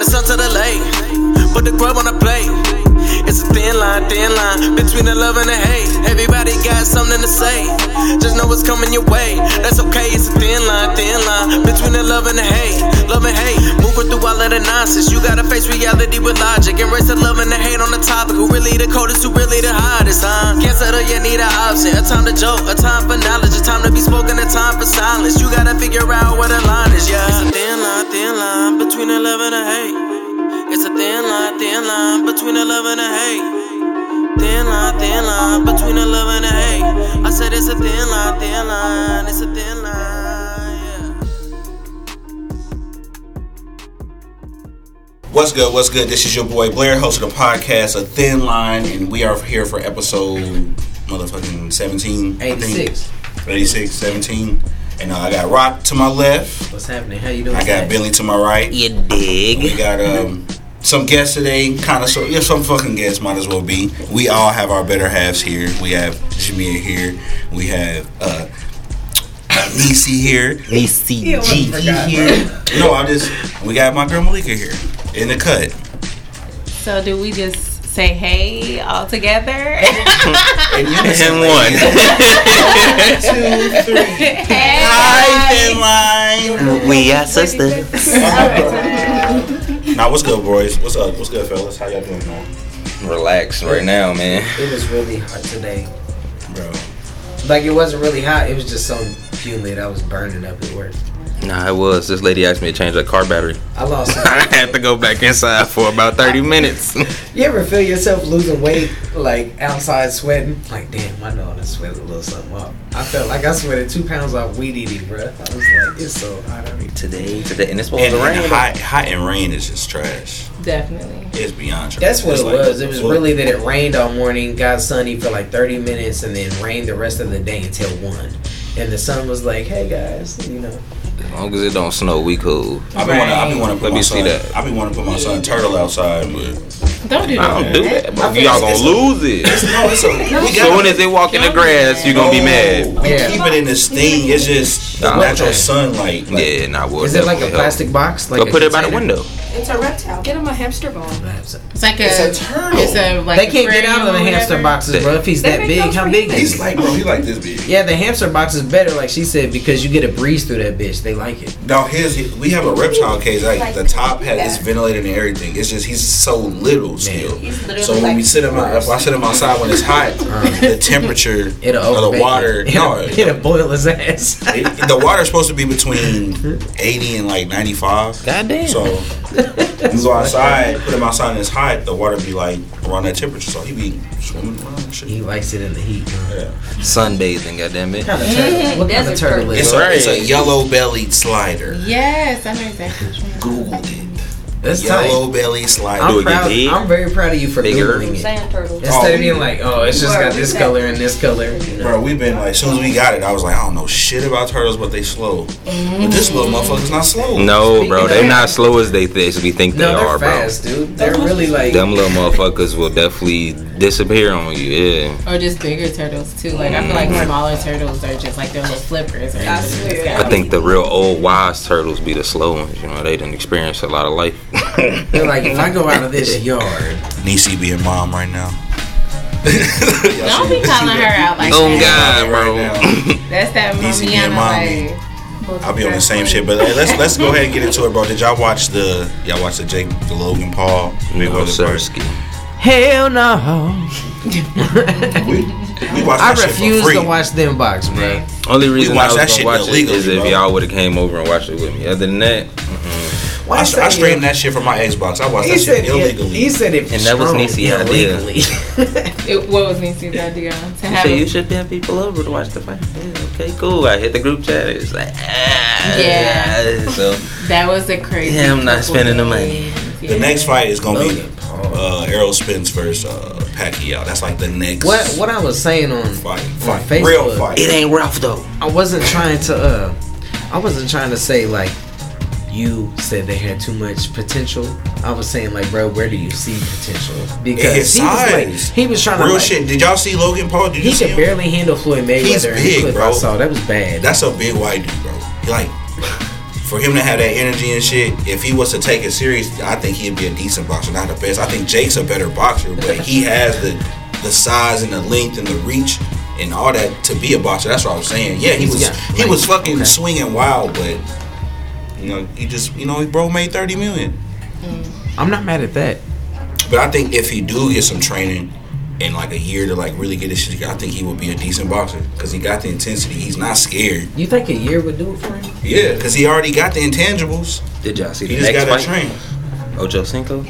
It's up to the lake. Put the grub on the plate. It's a thin line, thin line between the love and the hate. Everybody got something to say. Just know what's coming your way. That's okay. It's a thin line, thin line between the love and the hate. Love and hate. Moving through all of the nonsense. You gotta face reality with logic. Embrace the love and the hate on the topic. Who really the coldest? Who really the hottest? Huh? Can't settle. You need an option. A time to joke. A time for knowledge. A time to be spoken. A time for silence. You gotta figure out where the line is. Yeah. It's a thin line, thin line between the love and the hate. It's a thin line, thin line between the love and the hate. Thin line, thin line between the love and the hate. I said it's a thin line, thin line, it's a thin line. Yeah. What's good? What's good? This is your boy Blair, host of the podcast, A Thin Line, and we are here for episode motherfucking 17. I think. 86. 86, 17. And uh, I got Rock to my left. What's happening? How you doing? I got today? Billy to my right. You We dig? got um, some guests today, kind of so yeah, some fucking guests might as well be. We all have our better halves here. We have Jameer here. We have uh, Niecy here. ACG here. No, I just we got my girl Malika here in the cut. So do we just say hey all together? And you're And one. two, three. hey. Hi, Thin Line. we are sisters. Nah, what's good, boys? What's up? What's good, fellas? How y'all doing, man? relaxed right now, man. It was really hot today. Bro, Like it wasn't really hot. It was just so humid. I was burning up at work. Nah, it was. This lady asked me to change that car battery. I lost. I had to go back inside for about 30 minutes. you ever feel yourself losing weight, like outside sweating? Like damn, I know I done sweated a little something off. I felt like I sweated two pounds off weed eating, bruh. I was like, it's so hot. out here. Today, today, and it's supposed and, to and rain. hot, hot and rain is just trash. Definitely. It's beyond trash. That's what It's it like- was. It was Well, really that it rained all morning, got sunny for like 30 minutes, and then rained the rest of the day until 1. And the sun was like, hey guys, you know. As long as it don't snow, we cool. I've been wanting. I've been wanting to put Let my me see son. that. I've been wanting to put my son turtle outside, but Don't do I that. don't do that, bro. Y'all gonna lose it. no, it's a. As soon as they walk in the grass, you gonna be mad. We Yeah. keep it in this thing. It's just the Nah, natural okay. sunlight. Like, Yeah, nah, we'll Is it like a definitely help. plastic box? Like Go a put it by the container? uh, window. It's a reptile. Get him a hamster ball. It's like a, It's a turtle. It's a like. They can't get out of the aquarium or hamster whatever. boxes, bro. If he's They that make big, those how for big you. they? He's like, bro, he like this big. Yeah, the hamster box is better, like she said, because you get a breeze through that bitch. They like it. Now his, we have a reptile cage. Like the top hat is ventilated and everything. It's just he's so little still. He's literally So when like we sit him out, if I sit him outside when it's hot, the temperature of Uh-huh. It'll the overbake water, It. no, It'll, it'll boil his ass. it- the water's supposed to be between eighty and like ninety five. Goddamn. So you go outside, put him outside and it's hot, the water be like around that temperature. So he be swimming around and he shit. likes it in the heat. Bro. Yeah. Sunbathing, goddamn it. What kind of turtle? What kind of Desert turtle It's is it? a, it's a yellow bellied slider. Yes, I know exactly. What you mean. Googled it. That's tight. Yellow bellied slider. I'm it proud. big. I'm very proud of you for Bigger. googling it. Sand turtle. Instead Oh. of being like, oh, it's just got this color and this color. You know. Bro, we've been like, as soon as we got it, I was like, I don't know shit about turtles, but they slow. But this little motherfucker's not slow. No, bro, they not slow as they th- as we think they No, they're are, bro. fast, dude. They're really like. Them little motherfuckers will definitely disappear on you. Yeah. Or just bigger turtles too. Like I feel like smaller turtles are just like their little flippers. Or I something. swear. I think the real old wise turtles be the slow ones. You know, they didn't experience a lot of life. They're like, if I go out of this yard, Niecy being mom right now. Don't be calling her out like oh that. God, bro. Right That's that These be your mommy. momiana like. I'll be on the same shit, but hey, let's let's go ahead and get into it, bro. Did y'all watch the y'all watch the Jake the Logan Paul Big No, Brother part? Sersky. hell no. We, we watched I that shit for refuse free. to watch them box, bro. Only reason I watched was that gonna shit watch it illegally, is if bro. y'all would have came over and watched it with me. Other than that, Why I, say I streamed it? that shit from my Xbox. I watched He that said shit it. illegally. He said it. And that was strong Niecy's idea. illegally. It, what was Nancy's idea? To have so a- you should have people over to watch the fight. Yeah, okay, cool. I hit the group chat. It's like, ah, Yeah. So that was a crazy. Yeah, I'm not couple spending the days. money. the Yeah. next fight is gonna be Logan uh, Errol Spence versus uh, Pacquiao. That's like the next what what I was saying on fight. on fight. Facebook, Real fight. it ain't rough though. I wasn't trying to uh, I wasn't trying to say like you said they had too much potential. I was saying like, bro, where do you see potential? Because his he was like, size. he was trying to Real like, shit. Did y'all see Logan Paul? Did you He see could him? barely handle Floyd Mayweather. He's in the big, clip bro. I saw that was bad. That's a big white dude, bro. He like for him to have that energy and shit, if he was to take it serious, I think he'd be a decent boxer, not the best. I think Jake's a better boxer, but he has the the size and the length and the reach and all that to be a boxer. That's what I was saying. Yeah, he was Yeah, he was like, fucking okay. swinging wild, but you know he just you know he bro made thirty million. I'm not mad at that. But I think if he do get some training in like a year to like really get his shit, together, I think he would be a decent boxer because he got the intensity. He's not scared. You think a year would do it for him? Yeah, because he already got the intangibles. Did y'all see He the just next got to fight? train. Ocho Oh, Cinco.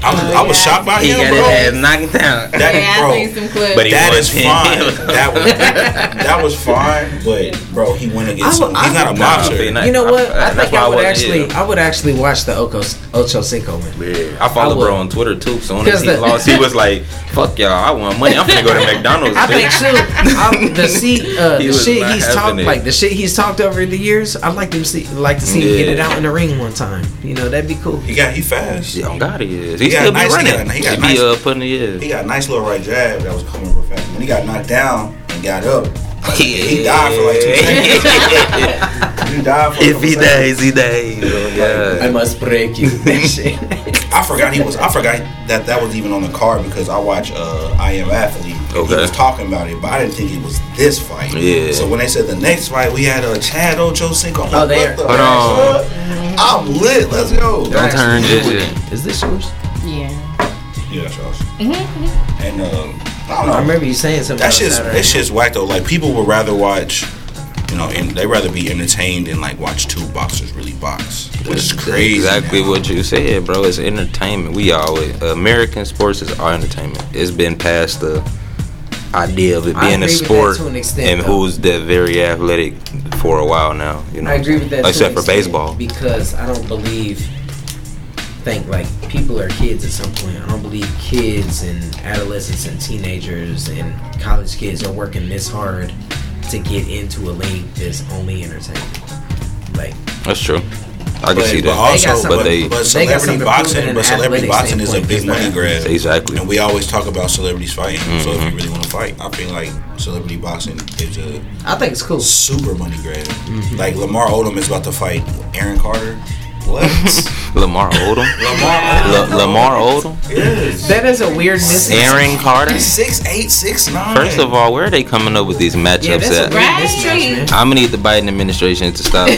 I was, I was yeah. shocked by He him, got bro. his ass knocked down. That yeah, is, bro. I seen some clips. But he That won is 10. fine. That was that was fine, but bro, he went against. I would- him. He's I not a would- boxer. Nah, You know what? I- I, I- that's think why I I would wasn't- actually, yeah. I would actually watch the Ocho, Ocho Cinco one. Yeah, I I follow would. bro on Twitter too. Soon as Because he the- lost, he was like, "Fuck y'all, I want money. I'm finna go to McDonald's." I bitch." think too. I, the see, uh, He the was shit not he's having talked, it. like the shit he's talked over the years. I'd like to see, like to see him get it Yeah. out in the ring one time. You know, that'd be cool. He got he fast. Yeah, on God, he is. He He, got still be nice- he running. got- he He, got be nice- uh, putting the in. He got a nice little right jab that was coming real fast. When he got knocked down and got up, he died for like two seconds. he died for. a if couple he seconds. dies, he dies. Oh, God. must break you. That shit. I forgot he was. I forgot that that was even on the card because I watch uh, I Am Athlete. and He Okay. was talking about it, but I didn't think it was this fight. Yeah. So when they said the next fight, we had uh, Chad Ocho Cinco. I'm Oh, like, they- what the Hold fuck? I'm lit. Let's go. Don't turn this shit. Is this yours? Yeah. Yeah, that's awesome. And um, I I don't know. remember you saying something. That about shit's Saturday. that shit's whack though. Like people would rather watch. You know, and they rather be entertained and like watch two boxers really box, which is That's crazy. Exactly now. what you said, bro. It's entertainment. We always American sports is our entertainment. It's been past the idea of it I being a agree with that sport to an extent, and though. who's the very athletic for a while now. You know, I agree with that. to Except an for extent, baseball. because I don't believe. Think like people are kids at some point. I don't believe kids and adolescents and teenagers and college kids are working this hard to get into a league that's only entertainment. Like That's true. I can But, see but that. also, something- but, but they but they got something to prove in celebrity boxing, an but celebrity athletic boxing is a standpoint, big it's not- money grab. exactly. And we always talk about celebrities fighting. So if Mhm. you really want to fight, I feel like celebrity boxing is a I think it's cool. super money grab. Mm-hmm. Like Lamar Odom is about to fight Aaron Carter. What? Lamar Odom. La- Lamar Odom, yes. That is a weird missing. Aaron Carter. Six eight six nine. First of all, where are they coming up with these Yeah, matchups that's a at? weird Right. mismatch, man. I'm gonna need the Biden administration to stop uh,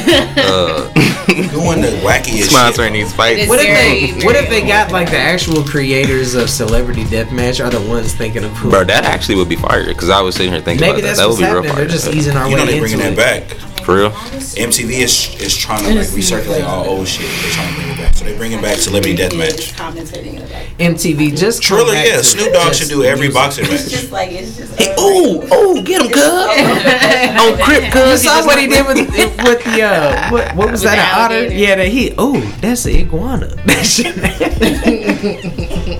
doing the wackiest sponsoring shit. these fights. What if Very, they very What if they got like the actual creators of Celebrity Deathmatch are the ones thinking of who? Bro, that actually would be fire because I was sitting here thinking Maybe about that's that. That would what's be real happening. fire. They're just easing our You know way they into bringing that it. back. For real? MTV is is trying to like recirculate all old shit. They're trying to bring it back. So they bringing back Celebrity Deathmatch. Commentating in the back. MTV just come Triller, back yeah. to Snoop Dogg just should do every music. boxing It's match. just like it's just. uh, Ooh, ooh, Oh, get him, cuz. oh, Crip, You cuz. saw what he did with with the uh, what what was With that the an otter? alligator. Yeah, that he oh that's an iguana. That shit-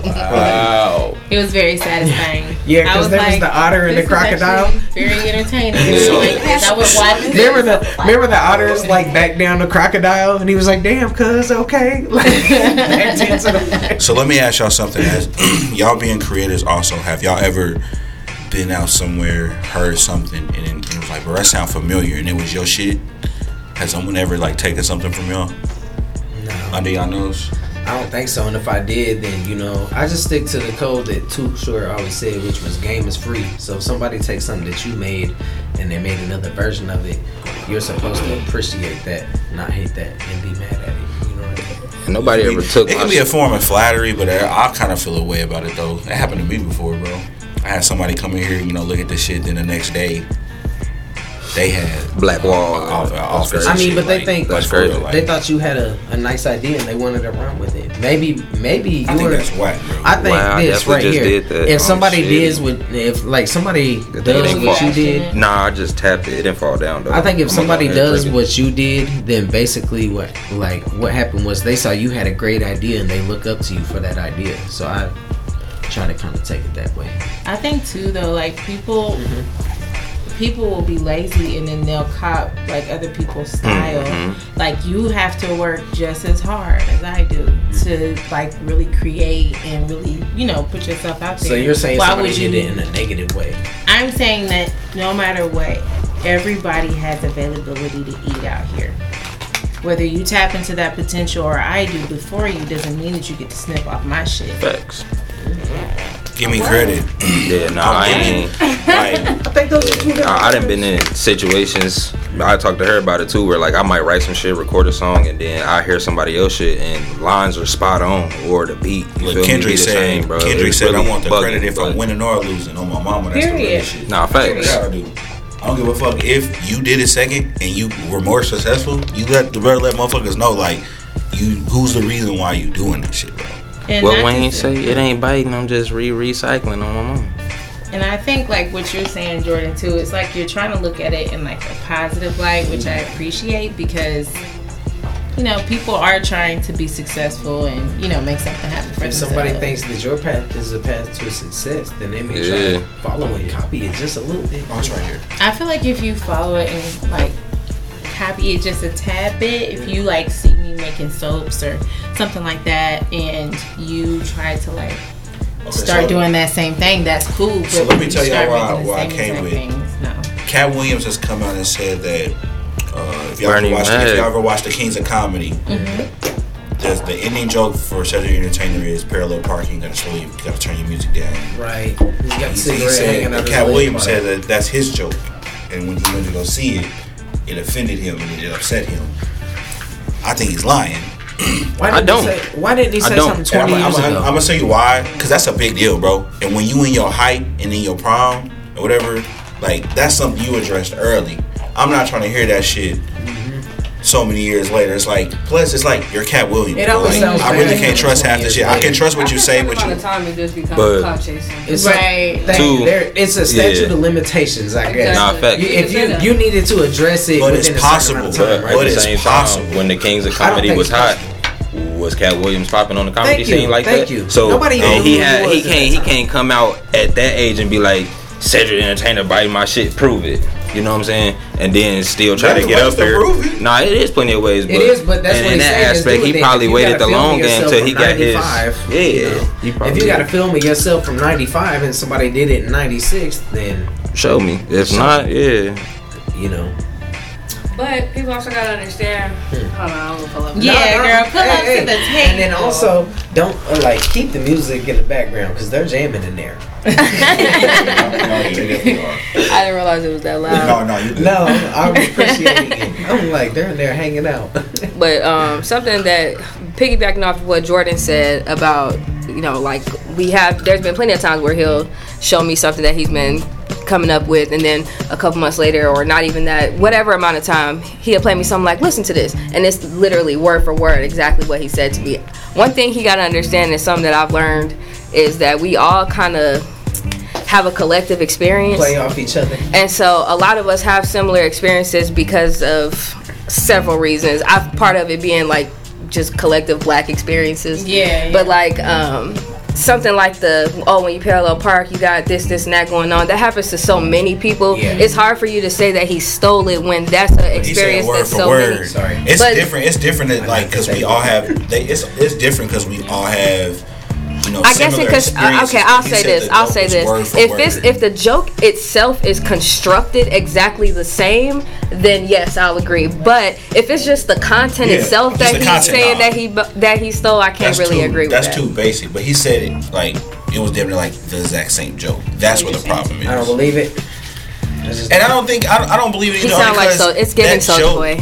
Wow. It was very satisfying. yeah, I because there was the otter and the this is actually crocodile. Very entertaining. Like, yes, I would watch this. Remember the remember the otters like back down the crocodile, and he was like, "Damn, cuz okay." Like, back down to the- So let me ask y'all something. As y'all being creators, also have y'all ever been out somewhere, heard something, and, then it was like, "Bro, that sound familiar," and it was your shit? Has someone ever like taken something from y'all under y'all nose? I don't think so. And if I did, then you know, I just stick to the code that Too Short always said, which was "game is free." So if somebody takes something that you made and they made another version of it, you're supposed to appreciate that, not hate that, and be mad at it. You know what I mean? Nobody ever took It my can be a shit. form of flattery, but I, I kind of feel a way about it though. It happened to me before, bro. I had somebody come in here, you know, look at this shit. Then the next day, they had Black wall. off- That's offers crazy. I mean, shit, but they like, think- like, for real, That's like, They thought you had a, a nice idea and they wanted to run with it. Maybe, maybe you I think were. that's whack, bro. I think Wow, I this definitely right just here. did that. If Oh, somebody shit. did what, if like somebody Good thing it does ain't what you fucked. did, Nah, I just tapped it. It didn't fall down, though. I think if I'm somebody gonna go ahead does and what you did, then basically what like what happened was they saw you had a great idea and they look up to you for that idea. So I try to kind of take it that way. I think too though, like people Mm-hmm. people will be lazy and then they'll cop like other people's Mm-hmm. style. Like you have to work just as hard as I do to like really create and really, you know, put yourself out there. So you're saying Why somebody would you did it in a negative way? I'm saying that no matter what, everybody has availability to eat out here. Whether you tap into that potential or I do before you doesn't mean that you get to snip off my shit. Facts. Give me credit. Yeah, no, I ain't. Like, I think those are two different. I, I done been in situations. I talked to her about it too, where like I might write some shit, record a song, and then I hear somebody else shit, and lines are spot on or the beat. You feel look, me? Be Kendrick the said, same, bro. Kendrick It's said, I really want the bugging, credit if but- I'm winning or losing. On my mama, that's the real Period. shit. Nah, That's facts. what I do. I don't give a fuck if you did it second and you were more successful. You let the better let motherfuckers know like you who's the reason why you doing this shit, bro. And What not Wayne to- say, it ain't biting. I'm just re recycling on my mom. And I think like what you're saying, Jordan, too, it's like you're trying to look at it in like a positive light, which I appreciate because you know people are trying to be successful and you know make something happen for If themselves. somebody thinks that your path is a path to success, then they may Yeah. try to follow and copy it just a little bit. Oh, it's right here. I feel like if you follow it and like copy it just a tad bit, if you like see me making soaps or something like that, and you try to like Okay, start so doing that same thing, that's cool. But So let me when you tell y'all start why- making the why I same came exact with- things, no. Cat Williams has come out and said that uh, if, y'all ever Bernie watched, if Mac. y'all ever watched The Kings of Comedy, there's the ending joke for Cedric Entertainer is parallel parking. Gotta slow you, gotta turn your music down. Right. You got He a said, he cigarette said hanging that out Cat Williams said that that's his joke, and when he went to go see it, it offended him and it upset him. I think he's lying. Why I didn't don't. He say, why didn't he I say don't. something 20 And I'm, I'm, years I'm, ago? I'm gonna tell you why, because that's a big deal, bro. And when you in your height and in your prime or whatever, like that's something you addressed early. I'm not trying to hear that shit. So many years later, it's like. Plus, it's like you're Cat Williams. It bro. always Like, sounds I really bad can't when it's trust half the 20 shit. years I can later. trust what you say, but By you. the time it just becomes But- clout chasing. It's Right. like, Two. there, it's a statute Yeah. of limitations, I guess. Nah, facts. You, if you you needed to address it, But within it's a certain amount of possible. time, But right? What at the is same possible? time, when the Kings of Comedy think was it's hot, was Cat Williams popping on the comedy Thank you, scene like thank that? you. So Nobody and knew who he he had was he at can't that he can't come out at that age and be like Cedric Entertainer biting my shit, prove it. You know what I'm saying? And then still try to Plenty get ways up to there. prove it. Nah, it is plenty of ways. But, It is, but that's and what in he's saying, that is do aspect, it he then. probably If you waited gotta the film long game yourself until he from got his. 95, Yeah, you know, he if probably you got a film of yourself from '95 and somebody did it in '96, then show me. If not, yeah, you know. But people also gotta understand. Hmm. Hold on, I'm gonna pull up. Yeah, girl, pull up to the tape. And then also, don't uh, like keep the music in the background because they're jamming in there. I didn't realize it was that No, no, you. No, I'm appreciating it. I'm like they're in there hanging out. But um, something that piggybacking off of what Jordan said about you know like we have there's been plenty of times where he'll show me something that he's been coming up with and then a couple months later or not even that whatever amount of time he'll play me something like listen to this and it's literally word for word exactly what he said to me one thing he got to understand is something that i've learned is that we all kind of have a collective experience Play off each other. and so a lot of us have similar experiences because of several reasons. I've part of it being like just collective black experiences. Yeah, yeah. But like um something like the oh when you parallel park you got this this and that going on that happens to so many people Yeah. it's hard for you to say that he stole it when that's an He said experience word that's for so word. many Sorry. It's But- different. It's different. That, like because we all have. They, it's it's different because we all have. You know, I guess similar because uh, experiences. okay, I'll He say said this. the I'll joke say was this. word for If word. this, if the joke itself is constructed exactly the same, then yes, I'll agree. But if it's just the content Yeah, itself just that the he's content, saying nah. that he bu- that he stole, I can't really too, agree with that's that. too basic. But he said it like it was definitely like the exact same joke. That's where the problem is. I don't believe it. That's just- and I don't think I don't, I don't believe it. He sound like so. It's giving soul boy.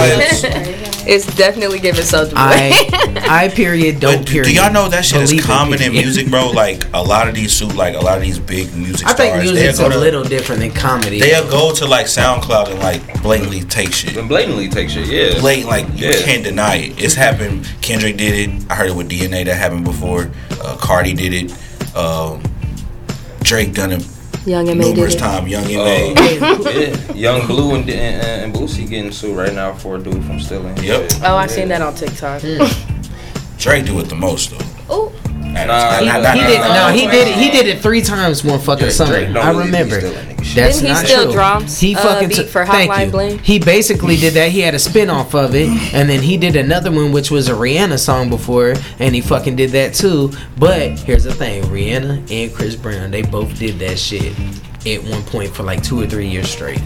It's definitely giving soul boy. I I period don't But do, period. do y'all know that shit Believe is it, common in period. music, bro? Like a lot of these suit, like a lot of these big music I think stars, music's a they'll go to, little different than comedy. they'll go to like SoundCloud and like blatantly take shit. and blatantly take shit. Yeah, late. Like you Yeah. can't deny it. It's happened. Kendrick did it. I heard it with DNA that happened before. Uh, Cardi did it. Um, Drake done it Young and numerous did it. times. Young Uh, and A. Oh. yeah. Young Blue and and, and Boosie getting sued right now for a dude from stealing. his Yep. shit. Oh, I seen that on TikTok. Drake do it the most though. Oh, Nah, Nah, he- He did no. He did it. He did it three times one fucking Yeah, summer. Drake don't I believe he's remember. still a nigga. That's Didn't he not steal true. drums, uh, beat took- for Hotline Bling? He basically did that. He had a spin off of it, and then he did another one, which was a Rihanna song before, and he fucking did that too. But here's the thing: Rihanna and Chris Brown, they both did that shit at one point for like two or three years straight.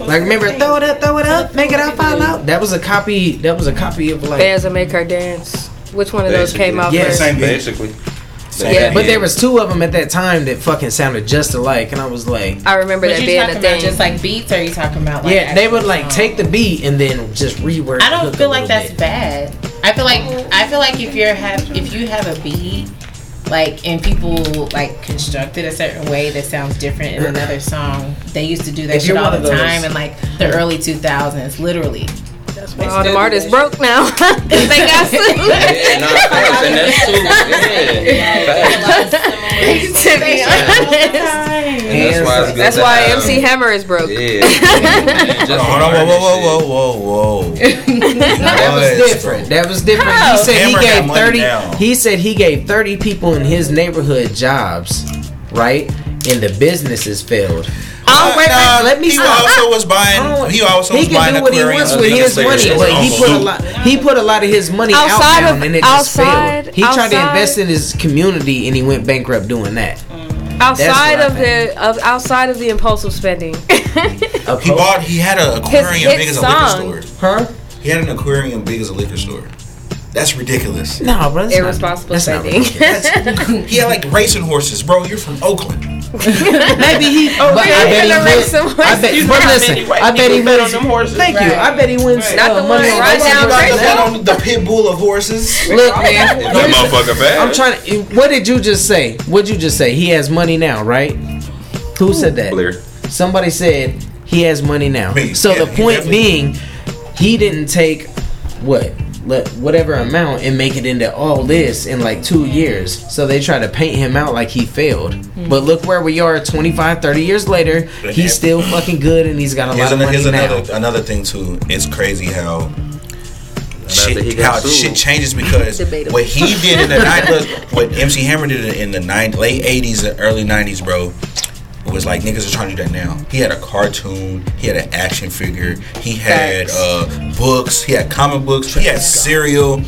Like remember, throw it up, throw it up, make it all fall out. That was a copy. That was a copy of like. Bands that make her dance. Which one of those came out Yeah, first? same thing. Basically. Same Yeah. thing. But there was two of them at that time that fucking sounded just alike, and I was like, I remember But that you being talking a about thing. just like beats, or you talking about like yeah, they would actual like um, songs? take the beat and then just reword. I the hook don't a feel like little that's bit. bad. I feel like I feel like if you're have if you have a beat like and people like construct it a certain way that sounds different in another song. They used to do that If shit you're all one the of those- time in like the early 2000s, literally. That's why All them artists Oh, broke now. they got sued. Yeah, nah, facts, and that's too. Yeah, facts. to be honest. And that's why it's good That's to why have- MC Hammer is broke. Yeah. Hold on, whoa, whoa, whoa, whoa, whoa. That was different. That was different. How? He said Hammer he got gave money thirty. now. He said he gave thirty people in his neighborhood jobs, right? And the businesses failed. I don't work Nah, Oh, let me He stop. also was buying. don't- He also He was can buying do what he aquariums wants and with things his like money, that. but he Almost put a do. lot. He put a lot of his money Outside out of- now, and it just outside- failed. He tried to outside- invest in his community, and he went bankrupt doing that. outside That's of what I the of outside of the impulsive spending. He bought. He had an aquarium his big as a song. liquor store. her. He had an aquarium big as a liquor store. That's ridiculous. No, bro, that's Irresponsible not, that's not spending. ridiculous. He had like racing horses, bro. You're from Oakland. Maybe he. but I really? bet he Gonna race wins. some I bet. horses? But listen, I bet he wins. Thank you. I bet he wins. Not uh, the one money that on rides Oprah. down Got Racing the man on the pit bull of horses. Look, man. That motherfucker bad. I'm trying to. What did you just say? What'd you just say? He has money now, right? Who said that? Clear. Somebody said he has money now. Me. So Yeah, the he point definitely- being, he didn't take what let whatever amount and make it into all this in like two years. So they try to paint him out like he failed. Hmm. But look where we are 25, 30 years later. But He's that- still fucking good and he's got a Here's, lot of an, money here's now. another another thing too. It's crazy how that he shit, got how sued. shit changes because Debatable. what he did in the nineties, what MC Hammer did in the nine, late eighties and early nineties, bro, was like niggas are trying to do that now. He had a cartoon, he had an action figure, he had Facts. uh, books, he had comic books, he had cereal.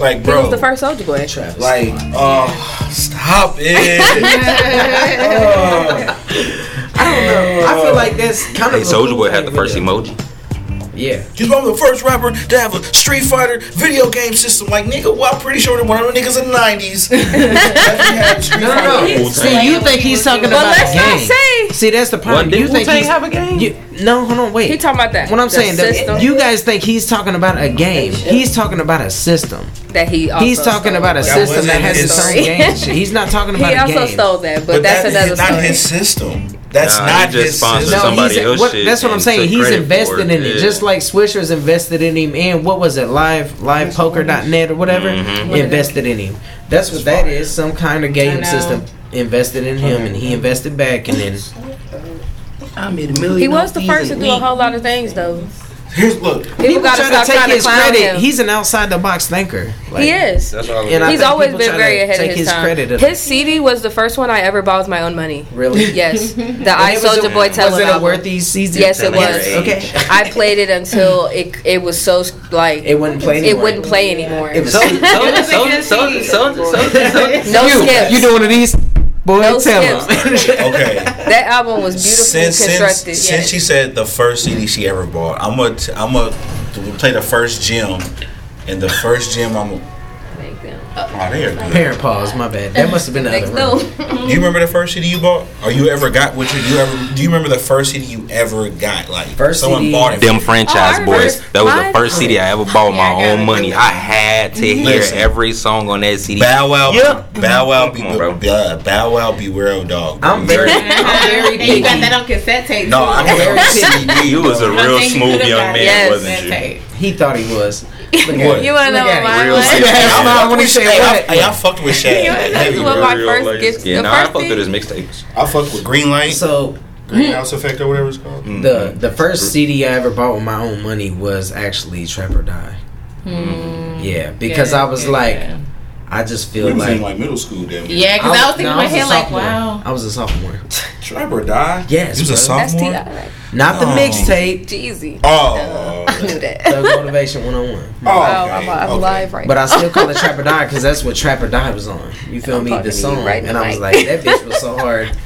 Like He bro, was the first Soldier Boy. Travis. Like, oh, stop it! Oh, I feel like that's kind of Hey, a Soldier cool Boy had the thing first with him. emoji. Yeah. he's one of the first rapper to have a Street Fighter video game system. Like, nigga, well, I'm pretty sure that one of the niggas in the '90s. No, no, no. See, you think he's talking But about let's not gang? say See, that's the problem. What, did you think Wu-Tang he's have a game? You, no, hold on, wait. he talking about that. what I'm the saying, system that you guys think he's talking about a game. He's talking about a system. that he also he's talking stole. about a But- That system wasn't that has his its own story. game. and shit. He's not talking about He a also game. stole that, but, that's that is another not story. his system. That's Nah, he not just his sponsored system. some- somebody he's, else's what, shit that's what I'm and saying. took He's credit invested for it, in it, yeah. just like Swisher's invested in him, and what was it, Live LivePoker.net or whatever, Mm-hmm. invested in him. That's what that is. Some kind of I game know. system invested in him, and he invested back, and then I made a million. He was the off first these to in do a week. whole lot of things, though. Here's look. People people gotta try to stop take trying to his clown credit. him. He's an outside the box thinker. Like, he is. That's all. And I He's think always people been try very to ahead of take his, his time. credit of- his CD was the first one I ever bought with my own money. Really? Yes, the And I it was Soldier a- Boy Was it telealbum. a worthy season? Yes, it was. Okay. I played it until it it was so like It wouldn't play anymore. it wouldn't play anymore. It was Soldier, Soldier, Soldier, no you, skips. you doing one of these? Boy, No tell him. Okay. that album was beautifully Since since, constructed. since she said the first CD she ever bought, I'm gonna t- I'm gonna play the first gym, and the first gym I'm. Oh, Make them. they are good. Parent pause. My bad. That must have been the Next other room. door. Do you remember the first CD you bought, or you ever got? What you do you ever? Do you remember the first CD you ever got? Like First someone CD. bought it. Them Oh, franchise I boys. remember. That was I- the first CD I ever bought with Yeah, I my gotta own money. agree. I had Mm-hmm. to hear Listen. every song on that CD. Bow Wow. Yep. Bow Wow. Be, Come on, bro. uh, Bow Wow. Beware of dog. bro. I'm You very, heard it? I'm very And you got that picky. on cassette tape. No, too. I'm very CD. You was a I real think you smooth could've young got man, that on wasn't cassette you? tape. He thought he was. You wanna know Look at what mine it. was? Real shit. That's I not when he fucked with- said hey, I- what. Hey, I fucked with Shad. That's Heavy, what bro. my first gift. Yeah, the nah, I first fucked with thing. his mixtapes. I fucked with Green Light, Mm. So Greenhouse Effect, or whatever it's called. the the first CD I ever bought with my own money was actually Trap or Die. Yeah, because Hmm. Yeah, I was yeah, like, yeah. I just feel like middle school, then. Yeah, because I was thinking no, in my a head like, sophomore. wow. I was a sophomore. Trap or die. Yes, he was a bro. That's sophomore. T.I. Not the No. mixtape. Jeezy. Oh, I knew that. Thug Motivation 101. oh, Wow, okay, I'm, I'm okay. live right But now. I still call it Trapper Die because that's what Trapper Die was on. You feel I'm me? talking The to you song. right and I was now. like, that bitch was so hard.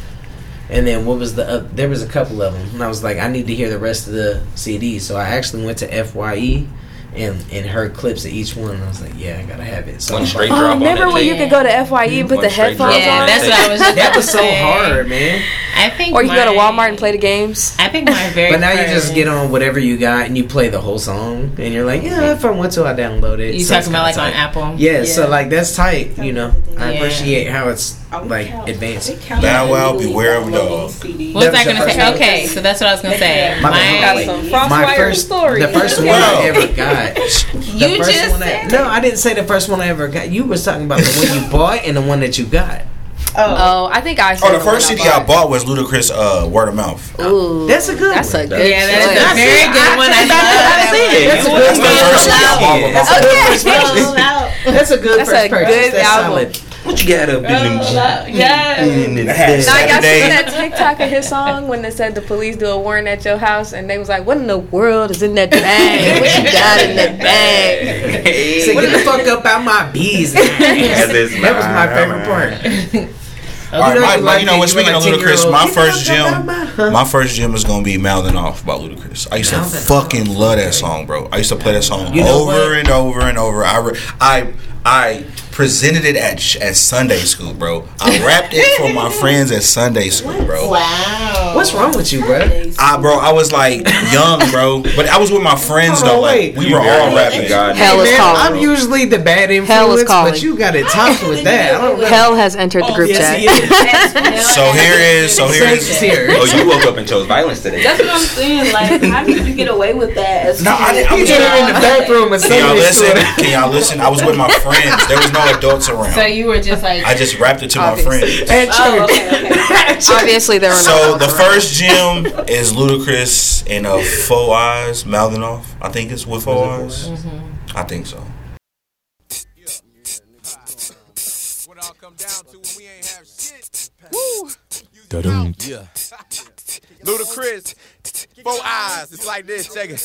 And then what was the? Uh, there was a couple of them, and I was like, I need to hear the rest of the CD. So I actually went to Fye. And, and her clips of each one, and I was like, yeah, I gotta have it. So One I straight bought- Oh, drop on remember that when you could tape. go to Fye and put One the straight headphones drop. on, Yeah, that's what I was. Just That was so saying. hard, man. I think. or you go to mine- Walmart and play the games? I think my very. But now you just first- get on whatever you got and you play the whole song, and you're like, yeah, if I want to, I download it. You So it's talking about like kinda on tight. Apple? Yeah, so like that's tight. You know, I Yeah. appreciate how it's like advanced. Bow Wow, beware of dog. What was I That was gonna your say? first- Okay, so that's what I was gonna say. My bad. My, Wait, Frostbite My first, story. the first one Wow. I ever got. The you first just one I, said no, I didn't say the first one I ever got. You was talking about the one you bought and the one that you got. Oh, I think I. Oh, the first CD I bought was Ludacris uh, Word of Mouth. Ooh, That's a good That's one. a good. Yeah, that's choice. a very good one. I That's a love that. good That's the first CD I bought with my That's a good first purchase. That's a good first That's a one. Roll out. purchase. good That's album. solid. What you got up in them? Roll out. Yes. I had Now, Oh, y'all seen Saturday. that TikTok of his song when it said the police do a warrant at your house and they was like, "What in the world is in that bag? What you got in that bag?" Say, get the fuck up out my bees. That that is was my favorite part. All right, You know my, you my- like you know it, what? you Speaking of like 10-year-olds. Ludacris, my You first know gym, about my- my first gym was gonna be mouthing off by Ludacris. I used to Mouthing fucking love that song, bro. I used to play that song You know over what? and over and over. I re- I I presented it at sh- at Sunday school, bro. I rapped it for my friends at Sunday school, bro. Wow. What's wrong with you, bro? I bro, I was like young, bro, but I was with my friends Hold on, though. Like wait. we were all rapping. rapping. God, Hell is Man, I'm calling. usually the bad Hell is influence, calling. but you got it topped with that. I don't know. Hell has entered Oh, the group Yes, chat. he is. So here is so here Sex is is. here. Oh, you woke up and chose violence today. That's what I'm saying. Like, how did you get away with that? As No, I didn't. I He was did it in the bathroom and Can y'all Sunday listen? school. Can y'all listen? I was with my friends. There was no adults around. So you were just like. I just rapped it to Obviously. my friends. At Oh, church. okay, okay. Mm-hmm. Obviously, there were So no. the first gym is Ludacris and uh, Four Eyes mouthing off. I think it's with Four Eyes. I think so. Yeah. Ludacris, four eyes. It's like this, check it.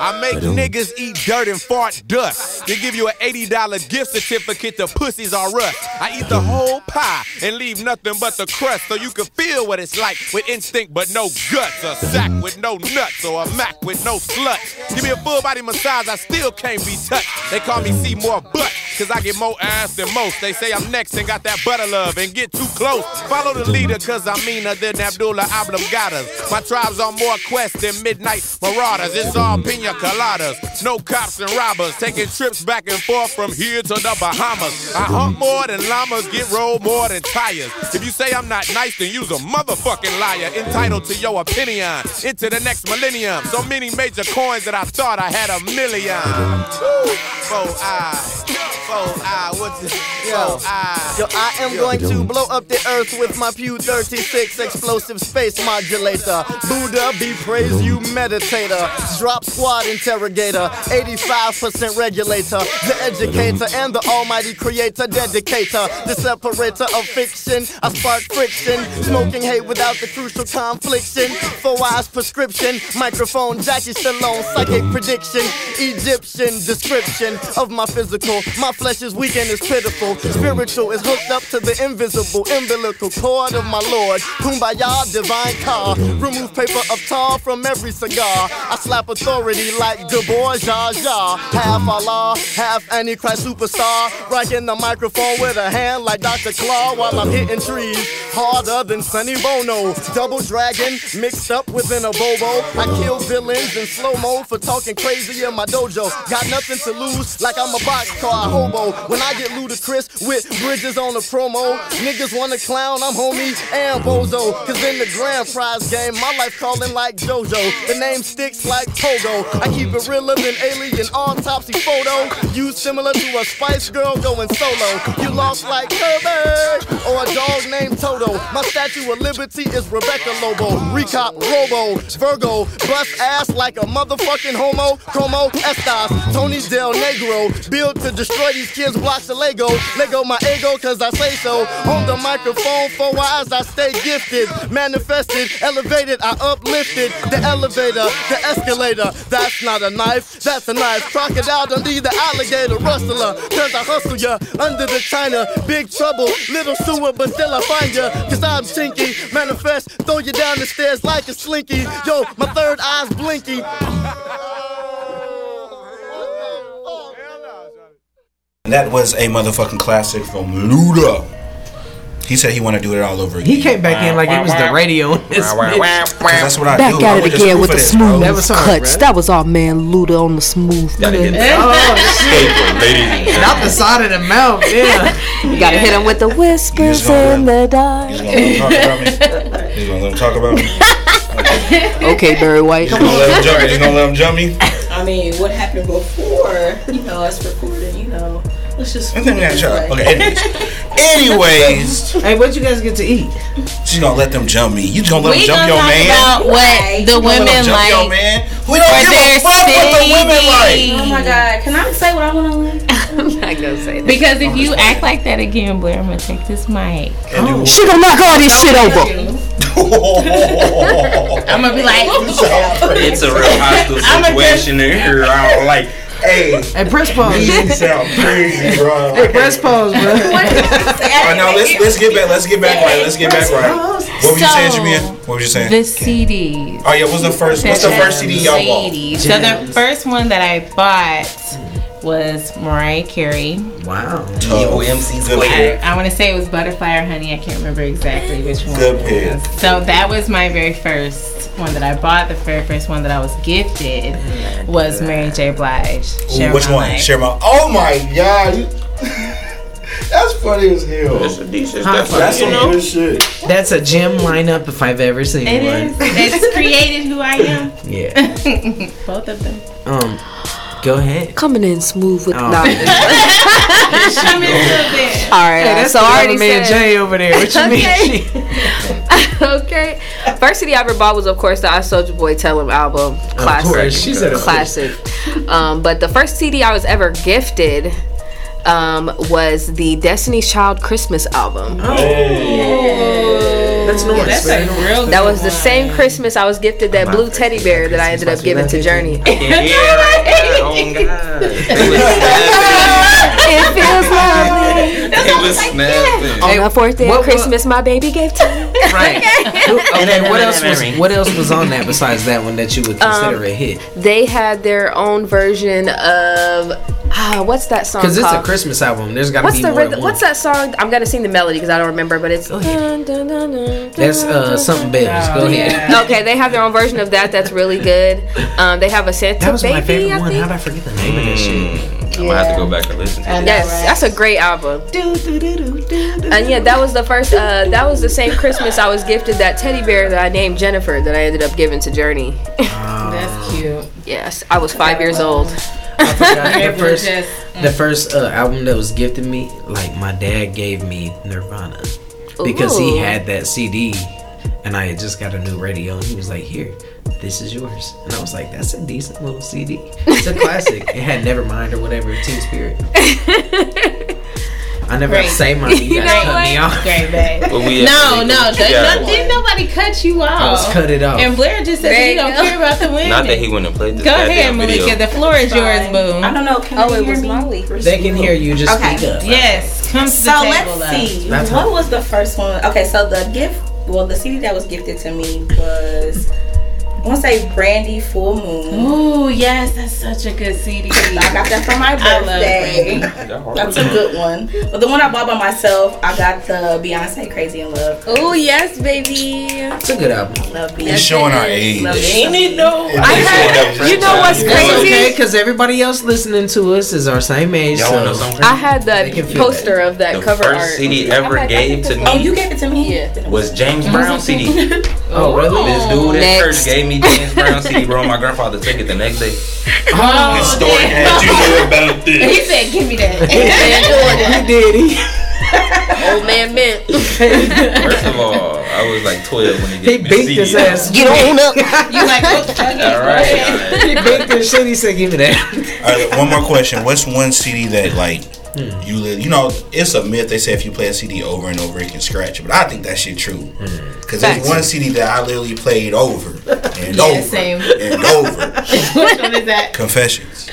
I make niggas eat dirt and fart dust. They give you an $80 gift certificate, the pussies are rust. I eat the whole pie and leave nothing but the crust so you can feel what it's like with instinct but no guts. A sack with no nuts or a mac with no sluts. Give me a full body massage, I still can't be touched. They call me Seymour Butt, cause I get more ass than most. They say I'm next and got that butter love and get too close. Follow the leader, cause I'm meaner than Abdullah Oblongatas. My tribe's on more quests than midnight marauders. It's all pina coladas, no cops and robbers. Taking trips back and forth from here to the Bahamas. I hunt more than llamas, get rolled more than tires. If you say I'm not nice, then you's a motherfucking liar. Entitled to your opinion, into the next millennium. So many major coins that I thought I had a million. Woo! Four eyes, four eyes, what's it? Four eyes. Yo, I am going to blow up the earth with my Pew 36 explosive space modulator. Buddha be praised, you meditator. Drop squad interrogator, 85% regulator, the educator and the almighty creator, dedicator, the separator of fiction. I spark friction, smoking hate without the crucial confliction. Four eyes prescription, microphone, Jackie Stallone, psychic prediction, Egyptian description of my physical. My flesh is weak and is pitiful. Spiritual is hooked up to the invisible umbilical cord of my Lord. Kumbaya, divine car. Remove paper of tar from every cigar. I slap authority like Du Bois, Zsa Zsa. Half Allah, half Antichrist superstar. Rocking the microphone with a hand like Dr. Claw while I'm hitting trees. Harder than Sonny Bono. Double dragon mixed up within a bobo. I kill villains in slow mo for talking crazy in my dojo. Got nothing to lose, like I'm a boxcar hobo. When I get ludicrous with bridges on the promo, niggas wanna clown, I'm homie and bozo. Cause in the grand prize game, my life calling like JoJo. The name sticks like Pogo. I keep it realer than alien autopsy photo. You similar to a Spice Girl going solo. You lost like Kirby or a dog named Toto. My Statue of Liberty is Rebecca Lobo. Recop Robo, Virgo, bust ass like a motherfucking homo. Como Estas, Tony Del Negro, built to destroy Play these kids blocks of Lego. Lego my ego, cause I say so. On the microphone, four eyes, I stay gifted. Manifested, elevated, I uplifted. The elevator, the escalator. That's not a knife, that's a knife. Crocodile underneath the alligator, rustler. Cause I hustle ya under the china. Big trouble, little sewer, but still I find ya. Cause I'm stinky. Manifest, throw you down the stairs like a slinky. Yo, my third eye's blinky. And that was a motherfucking classic from Luda. He said he want to do it all over again. He came back in like it was the radio. in this bitch. 'Cause that's what I Back do. I at would it just again root with for the this, smooth bro. cuts. That was all man Luda on the smooth Gotta hit that. Oh, Not the side of the mouth, yeah. You gotta hit him with the whispers in the dark. You gonna let him talk about me? okay, Barry White. You gonna let him jump? You gonna let him jump me? I mean, what happened before, you know, us recording, you know. Let's just. I think we gotta try. Okay, anyways. Anyways. Hey, what you guys get to eat? She's gonna let them jump me. You gonna let we them jump gonna your talk man? about what Right. the You gonna let women jump your like. man? We don't for give a their fuck what the women city. Oh my God! Can I say what I want to live? I'm not gonna say that. Because if you act like that again, Blair, I'm gonna take this mic. She gonna knock all this shit over. I'm gonna be like, Oh, It's a real hostile situation in here. I don't like. Hey, Hey, press pause. you sound crazy, bro. Hey, press pause, bro. All right, now let's let's get back. Let's get back right. Let's get back right. What were you saying, So- Jamia? What were you the saying? CDs. Oh yeah, what's the first? What's the first CD y'all bought? Ladies. So the first one that I bought was Mariah Carey. Wow. OMC Good I, I want to say it was Butterfly or Honey. I can't remember exactly which one. Good it pick. was. So that was my very first one that I bought. The very first one that I was gifted was Mary J. Blige. pick. Ooh, Which My one? Life. Share my. Oh my god, you- that's funny as hell. It's a decent. Huh, That's, That's you some know. good shit. That's a gym lineup if I've ever seen It one. is. It's created who I am. Yeah. Both of them. Um, go ahead. Coming in smooth with Oh. nah. I'm into it. All right, so I already man said. Jay over there. What you mean? okay. First CD I ever bought was, of course, the I Soulja Boy Tell Him album. Classic. course, she said of classic. Um, but the first CD I was ever gifted um, was the Destiny's Child Christmas album. That's normal. That's a real. That was the same Christmas I was gifted that blue teddy bear that I ended up giving to Journey. Oh God. It was snapping. It feels lovely. It was snapping. On the fourth day what- of what- Christmas, my baby gave to me. Right. and then what else was what else was on that besides that one that you would consider a hit? They had their own version of ah, what's that song Because called? it's a Christmas album. There's got to What's be the more than rhythm? one. What's that song? I'm gonna sing the melody because I don't remember, but it's dun, dun, dun, dun, That's dun, uh dun, something bells. Go ahead. dun. Okay, they have their own version of that. That's really good. Um, they have a Santa That was baby. my favorite I one. think. How'd I forget the name of that shit? I'm gonna Hmm. have to go back and listen to that. Yes, that's a great album. And yeah, that was the first. Uh, that was the same Christmas I was gifted that teddy bear that I named Jennifer that I ended up giving to Journey. That's cute. yes, I was five years old. I forgot the first Just- the first uh, album that was gifted me. Like my dad gave me Nirvana because he Ooh. had that CD, and I had just got a new radio, and he was like, "Here." This is yours, and I was like, "That's a decent little CD. It's a classic. it had Nevermind or whatever, Team Spirit. I never Great. say my. You, know guys cut me what? off. Great, babe. But we No, no, we that- got no, it. didn't nobody cut you off. I was cut it off. And Blair just said There he you don't go. care about the women. Not that he wouldn't have played this. Go ahead, goddamn video. Malika. The floor is yours, boom. I don't know. Can Oh, they it hear was me? Molly. They can hear you. Just Okay. speak up. Yes, come to the So table. let's see. That's what hot. was the first one? Okay, so the gift, well, the CD that was gifted to me was, I want to say Brandy Full Moon. Ooh, yes, that's such a good CD. I got that for my I love birthday. Brandy. That's a good one. But the one I bought by myself, I got the Beyonce Crazy in Love. Oh yes, baby. It's a good album. Love It's Beyonce. showing our age. Love Ain't it. it though? I heard. You know what's That's crazy? okay, because everybody else listening to us is our same age. Y'all wanna know So. something I crazy? had that They can feel poster of that The cover first art. CD ever like, I gave to think Oh, me you gave it to me? Yeah. was James Brown CD. This Oh, really? dude at Next. church gave me James Brown CD, bro. My grandfather took it the next day. Oh, damn. Did you hear about this? He said, "Give me that." He did. He, Old man mint. First of all, I was like 12 when he he gave me the beat CD. his ass. Get on up. you like, oh, chug it. All right. He beat this shit. He said, "Give me that." All right, one more question. What's one CD that like You live, you know, it's a myth. They say if you play a CD over and over, it can scratch. it, But I think that shit true. Because there's Facts. one CD that I literally played over and Yeah, over same. and over. Which one is that? Confessions.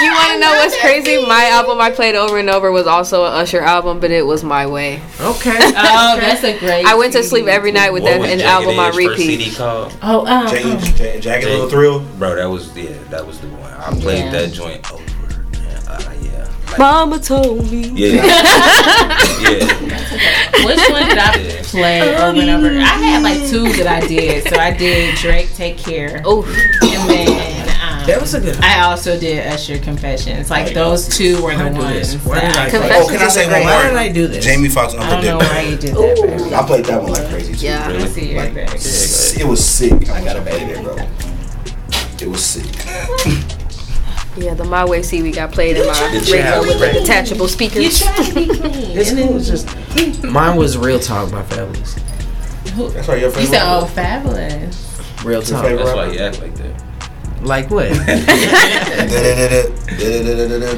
You want to know what's crazy? My album I played over and over was also an Usher album, but it was My Way. Okay. uh, Oh, that's a great. I went to sleep every night with What that was an Jagged album on Edge first repeat. CD called? Oh, um, Jagged, Ja- Jagged Little Thrill. Bro, that was yeah, that was the one. I played Yeah. that joint over. and, uh, yeah. Mama told me. Yeah. yeah. Which one did I play over and over? I had like two that I did. So I did Drake Take Care. Oh. And then um, That was a good. I also did Usher Confessions. Like those two were the ones. Why did I That play- Oh, can I say one Why did more? I do this? Jamie Foxx I, I don't know Unpredictable. why you did that. baby. I played that one like crazy too. Yeah. Really? I see your Like, back. s- it was sick. I got a baby, bro. It was sick. Yeah, the My Way CD got played in my Did you radio have with Ray? detachable You speakers. tried to be clean. It's And cool. It's then just mine was real talk. My family's That's why your you favorite. said, "Oh, fabulous." real Your talk. favorite That's why rapper? you act like that. Like what? Oh, Da-da-da-da,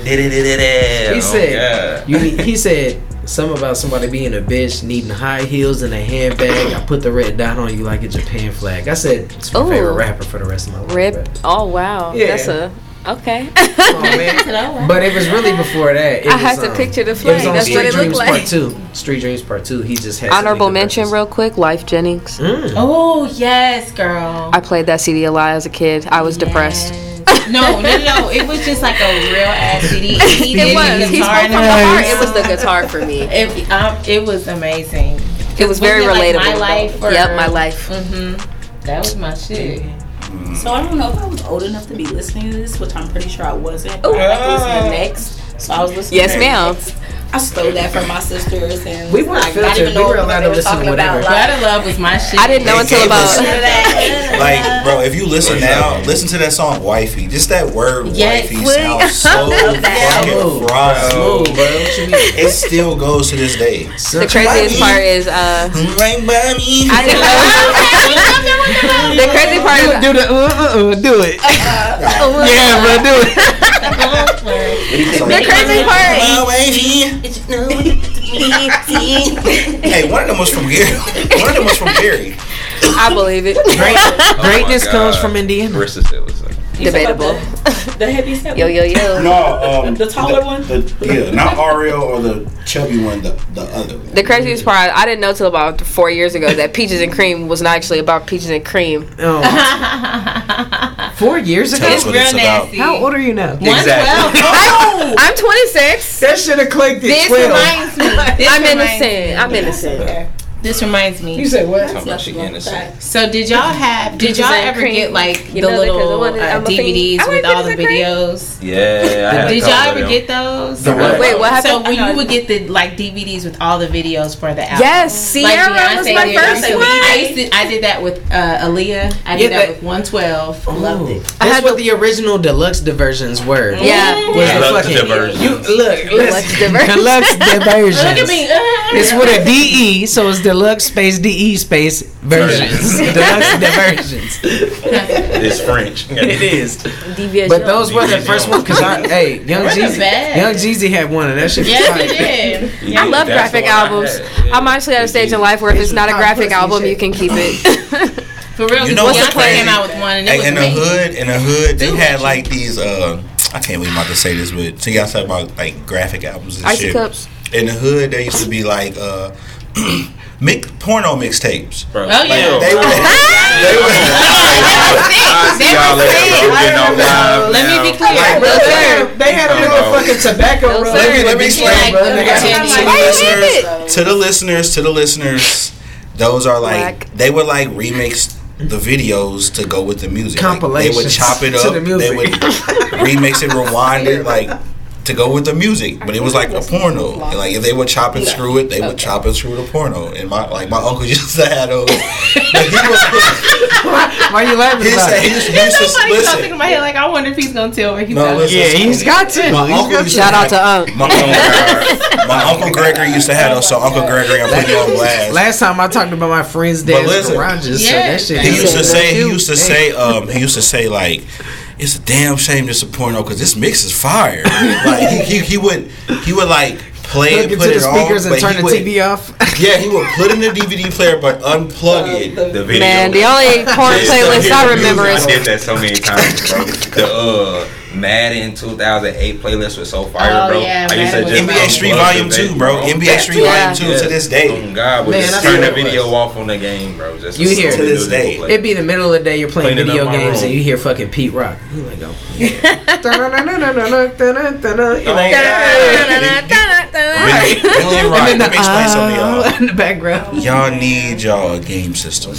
He He said, you need, he said something about somebody being a bitch, needing high heels and a handbag. I put the red dot on you like a Japan flag. I said, it's my Ooh. favorite rapper for the rest of my life. Rip. but- Oh wow. Yeah. That's a okay. Come on, "Oh, man. But it was really before that. It I was, had to um, picture the It was flag. on That's Street what it looked Dreams Part like. Two. Street Dreams Part Two. He just had some Honorable nigga mention, references. real quick. Life Jennings. Mm. Oh yes, girl. I played that CD a lot as a kid. I was depressed. Yes. No, no, no. It was just like a real ass CD. He It did was. the He guitar spoke from and the everything. heart. It was the guitar for me. It, um, it was amazing. It was very Wasn't it relatable. like My Life or- yep, my life. Mm-hmm. That was my shit. So I don't know if I was old enough to be listening to this, which I'm pretty sure I wasn't. But I Ah. was listening to next, so I was listening. Yes, to ma'am. Next. I stole that from my sisters, and We weren't like, not filtered. even We know were what allowed they to were listen to talking about. whatever. Like, God of Love was my shit. I didn't know until about. Like, bro, if you listen now, listen to that song "Wifey." Just that word Yes. "wifey" sounds so fucking Smooth. Oh, fried. Smooth, bro. What you mean? It still goes to this day. The craziest part is uh, Right by me. I didn't know. the crazy part is do the uh, uh, uh, do it. yeah, bro, do it. the crazy part. My wifey. Hey, one of them was from Gary. One of them was from Gary. I believe it. Greatness comes from Indiana. Oh, Versus it was like Debatable. the heavy set. Yo yo yo. No, um, The taller one? the- yeah, not Ariel or the chubby one. The the other. one. The craziest part, I didn't know till about four years ago that peaches and cream was not actually about peaches and cream. Oh, four years ago. Tell us what Real it's about. nasty. Oh, How old are you now? exactly. I'm, I'm 26. That should have clicked at This 12. Reminds me. This I'm reminds- innocent. I'm innocent. This reminds me. You said what? Talking about she innocent. So did y'all have? Did y'all and ever cream. get like You the know that 'cause I little wanted- uh, I'm a fiend. DVDs I with want all the peaches and cream. videos? Yeah. I had a Did y'all couple of ever them. get those? The what? Wait, what So happened? when you would get the like DVDs with all the videos for the album. Yes, Sierra was Beyonce my did. first So one. I, used to, I did that with uh, Aaliyah. I did Yeah, that that- with 112. Loved Ooh. it. I That's had what the original deluxe diversions were. Yeah. Was the Deluxe fucking- diversions. You look. Deluxe listen, diversions. Deluxe diversions. Look at me. It's with a DE, so it's deluxe space DE space versions. deluxe diversions. It's French. It is. Deviation. But those were the first ones because I, hey, Young We're the Jeezy, best. Young Jeezy had one and that shit. was Yes, fire. it did. Yeah, I love that's the graphic one I albums. had. Yeah. I'm honestly at a stage in life where if it's not a Hot graphic pussy album, shit. you can keep it. For real, You you know what's Beyonce crazy? came out with one, and it Hey, was in the amazing. hood, in the hood, they Dude. had like these. uh I can't believe I'm about to say this, but see, y'all talk about like graphic albums and Icy shit. cups. In the hood, there used to be like uh mix, porno mixtapes. Bro. Oh, yeah. They were, they were I see y'all later, bro. We're getting off live Let now. me be clear. Like, bro, No, they sir. had- they had a little fucking tobacco roll. sir. Let me- let me explain, Like, bro. bro, they got- to the listeners, to the listeners, to the listeners, those are like Whack. they would like remix the videos to go with the music. Like, they would Compilations chop it to up. the They music. would remix it, rewind it, like to go with the music. But it was like a porno. And, like if they would chop and screw it, they would chop and screw the porno. And my like my uncle used to have those. Like, he was, Why you laughing he about said it? he used to Somebody's talking in listen. my head like, I wonder if he's gonna tell where he's No, at. listen. Yeah, he's got to. My uncle used to um, Shout out have- to uh, Unc. My uncle, my uncle Gregory used to have those. So Uncle Gregory, I'm putting you on blast. Last time I talked about my friend's But dad's listen, garages, so Yeah. that shit. He used to That's say he cute. used to Hey. say um he used to say like it's a damn shame this a porno because this mix is fire. like he, he, he would he would like play Plug it, into put the it on, speakers and but turn he the would- TV off. Yeah, he would put in the DVD player but unplug it. The video. Man, the only porn Yeah, playlist yeah, I remember I is did that so many times, bro. The uh, Madden 2008 playlist was so fire, Oh, bro. yeah, I used to Madden just was- NBA Street unplug the Volume video, 2, bro. NBA Street Yeah. Volume 2 to this day. Oh, God, would Man, just that's turn the what it video off on the game, bro. Just You hear to this day. It'd be the middle of the day. You're playing Cleaning up video my games room. and you hear fucking Pete Rock. You like, oh, "Oh, Really right. Let me explain something to y'all. in the background. Y'all need y'all a game system.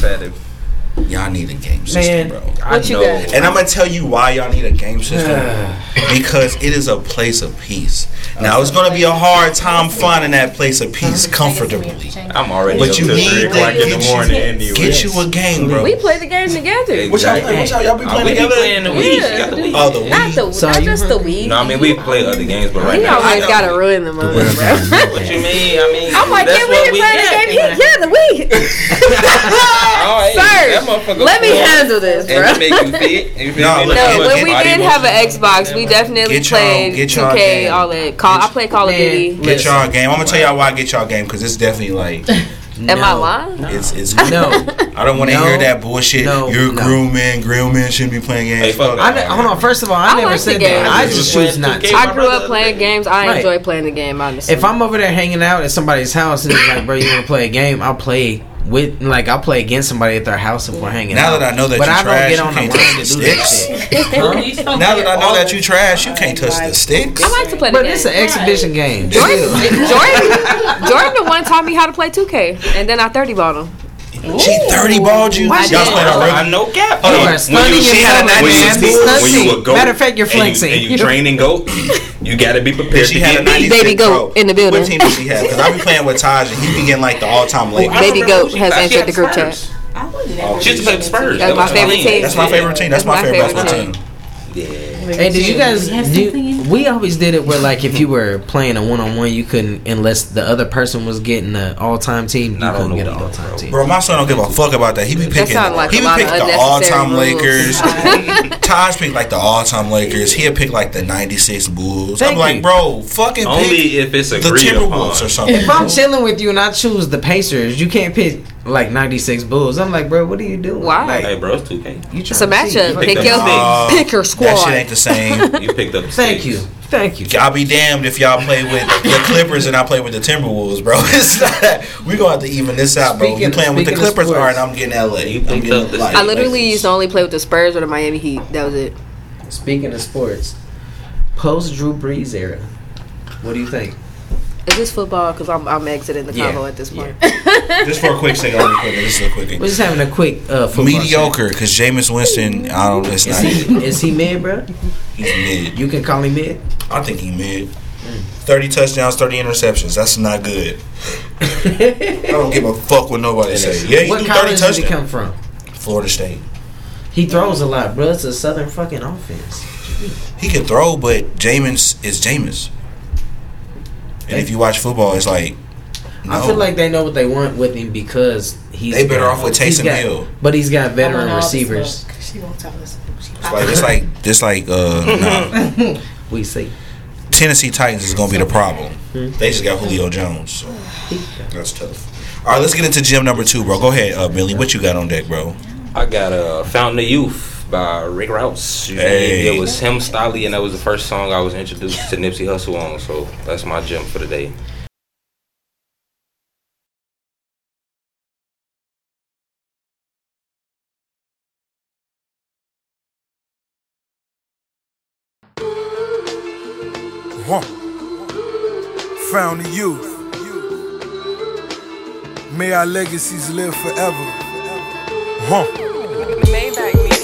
Y'all need a game system, Man, bro. I What you know. got? And I'm gonna tell you why y'all need a game system. Ah. because it is a place of peace. Now it's gonna be a hard time finding that place of peace comfortably. I'm already But up you till need three to o'clock in the get you- morning anyway. Get you a game, bro. We play the game together. What y'all play- what y'all- y'all be playing We be together? playing the Wii. Yeah. Got the Wii. Oh, the Not, the, not just the Wii. No, I mean we play other games, but right we now. always got to ruin the moment, bro. What you mean? I mean, I'm like, that's yeah, we what here playing the game. He- Yeah, the Wii. Oh, hey, that Sir, motherfucker let me cool. handle this, bro. And it make you fit. You feel No, me? look, No, look, when get- we I did didn't- have an Xbox, we definitely Get y'all- played get y'all 2K, game. all that. Call, I played Call of Duty. Get y'all a game. I'm gonna tell y'all why I get y'all a game because it's definitely like Am I lying? it's it's No. I don't want to No. hear that bullshit. No. You're a grown man. Grown man shouldn't be playing games. fuck I, ne- hold on. First of all, I, I never like the said game. that. I just choose not to. I grew up playing games. I Right. enjoy playing the game, honestly. If I'm over there hanging out at somebody's house and it's like, bro, you want to play a game? I'll play with, like, I'll play against somebody at their house if we're hanging Now out. that I know that but you I don't trash, you get on the can't line to touch do the this sticks. shit. Huh? Now that I know that you trash, you can't touch the sticks. I like to play the But game. it's an exhibition game. Jordan, Jordan the one taught me how to play 2K, and then I 30 balled him. She thirty balled you. Why Y'all she- played on I regular. know cap. Hold on. Oh, When Stunning you- and she had a stunning, 96 man. goat, when you Stunning. a goat, Matter of fact, you're and you- flexing. And you training goat, you gotta be prepared She to had a get beat. 96 Baby goat pro. in the building. What team did she have? Because I be playing with Taj and he be getting like the all time late. Baby Goat has She entered had the group Spurs. chat. She used to play the Spurs. That's my what I favorite mean. team. That's my favorite team. That's my favorite basketball team. Hey, did you guys? Do, we always did it where like if you were playing a one on one, you couldn't unless the other person was getting an all time team. You couldn't get an all time team. Bro, my son don't give a fuck about that. He be picking. sound like he a be lot of picking the all unnecessary time rules. Lakers. Taj picked like the all time Lakers. He'll pick like the '96 Bulls. Thank I'm like, you. bro, fucking pick Only if it's the agreed Timberwolves upon. or something. If I'm chilling with you and I choose the Pacers, you can't pick like '96 Bulls. I'm like, bro, what are you doing? Why? Like, Hey, bro, it's 2K. you trying It's a to see. matchup. picked Pick up your, six. pick your squad. That shit ain't the same. You picked up. Thank six. you, thank you. I'll be damned if y'all play with the Clippers and I play with the Timberwolves, bro. It's not, we gonna have to even this out, bro. You Speaking- playing with the speaking of Clippers, all sports. right? I'm getting LA. You I'm picked up getting the- like, I literally used to only play with the Spurs or the Miami Heat. That was it. Speaking of sports, post Drew Brees era, what do you think? Is this football? Because I'm, I'm exiting the Yeah. combo at this point. just for a quick second. I'll be quick. This is a quickie. We're just having a quick uh, football Mediocre, because Jameis Winston, I don't. It's shit. not. Is he, is he mid, bro? He's mid. You can call him mid. I think he mid. Thirty touchdowns, thirty interceptions. That's not good. I don't give a fuck what nobody says. Yeah, he what threw thirty college did he touchdowns. come from? Florida State. He throws a lot, bro. It's a southern fucking offense. He can throw, but Jameis is Jameis. And if you watch football, it's like no. I feel like they know what they want with him because he's They better off with he's Taysom got- Hill. but he's got veteran I want all the receivers. smoke. She won't tell us. She It's like it's like just like uh, nah. We see. Tennessee Titans is gonna be the problem. They just got Julio Jones. So that's tough. All right, let's get into gym number two, bro. Go ahead, uh, Billy. What you got on deck, bro? I got uh, Fountain of Youth by Rick Rouse. Hey. It was him, Stolly, and that was the first song I was introduced to Nipsey Hussle on. So that's my gem for the day. Huh. Found the youth. May our legacies live forever. Huh.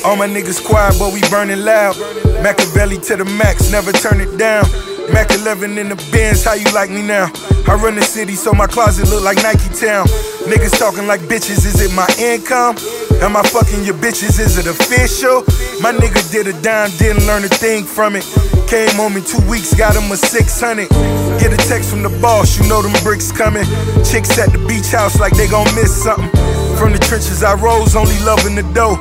All my niggas quiet, but we burning loud. Machiavelli to the max, never turn it down. Mac 11 in the Benz, how you like me now? I run the city, so my closet look like Nike Town. Niggas talking like bitches, is it my income? Am I fucking your bitches? Is it official? My nigga did a dime, didn't learn a thing from it. Came home in two weeks, got him a 600. Get a text from the boss, you know them bricks coming. Chicks at the beach house like they gon' miss something. From the trenches I rose, only loving the dough.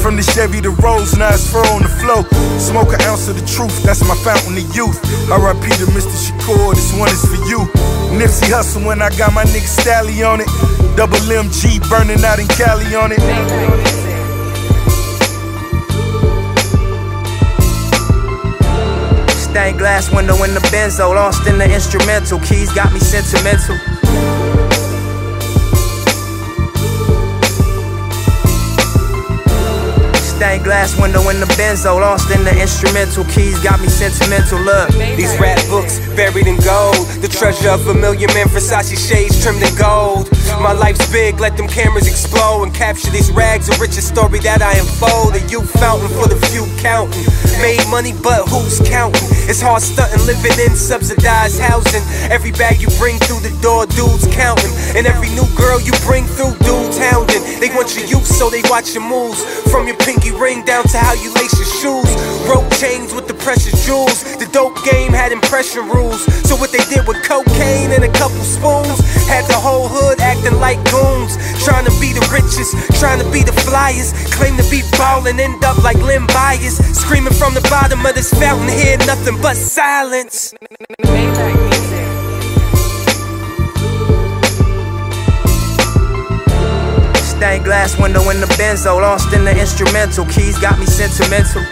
From the Chevy to Rolls, now it's fur on the flow. Smoke an ounce of the truth, that's my fountain of youth. R.I.P. to Mr. Shakur, this one is for you. Nipsey hustle when I got my nigga Stally on it. Double MG burning out in Cali on it. Stained glass window in the benzo, lost in the instrumental. Keys got me sentimental. Stained glass window in the benzo, lost in the instrumental. Keys got me sentimental. Look, These rap books buried in gold. The treasure of a million men, Versace shades trimmed in gold. My life's big, let them cameras explode and capture these rags. The richest story that I unfold. A you fountain for the few counting. Made money, but who's counting? It's hard stunting, living in subsidized housing. Every bag you bring through the door, dudes counting. And every new girl you bring through, dudes hounding. They want your youth, so they watch your moves. From your pinky ring down to how you lace your shoes. Rope chains with the precious jewels. The dope game had impression rules. So what they did with cocaine and a couple spoons had the whole hood acting like goons. Trying to be the richest, trying to be the flyest. Claim to be ballin', end up like Lynn Bias. Screaming from the bottom of this fountain, hear nothing but silence. stained glass window in the benzo, lost in the instrumental. Keys got me sentimental.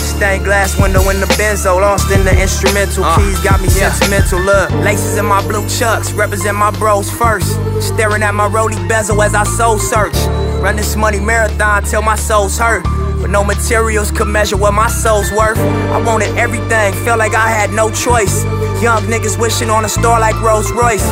Stained glass window in the benzo, lost in the instrumental. Keys got me sentimental. Look, laces in my blue chucks, represent my bros first. staring at my roly bezel as I soul search. Run this money marathon till my soul's hurt. But no materials could measure what my soul's worth. I wanted everything, felt like I had no choice. Young niggas wishing on a star like Rolls Royce.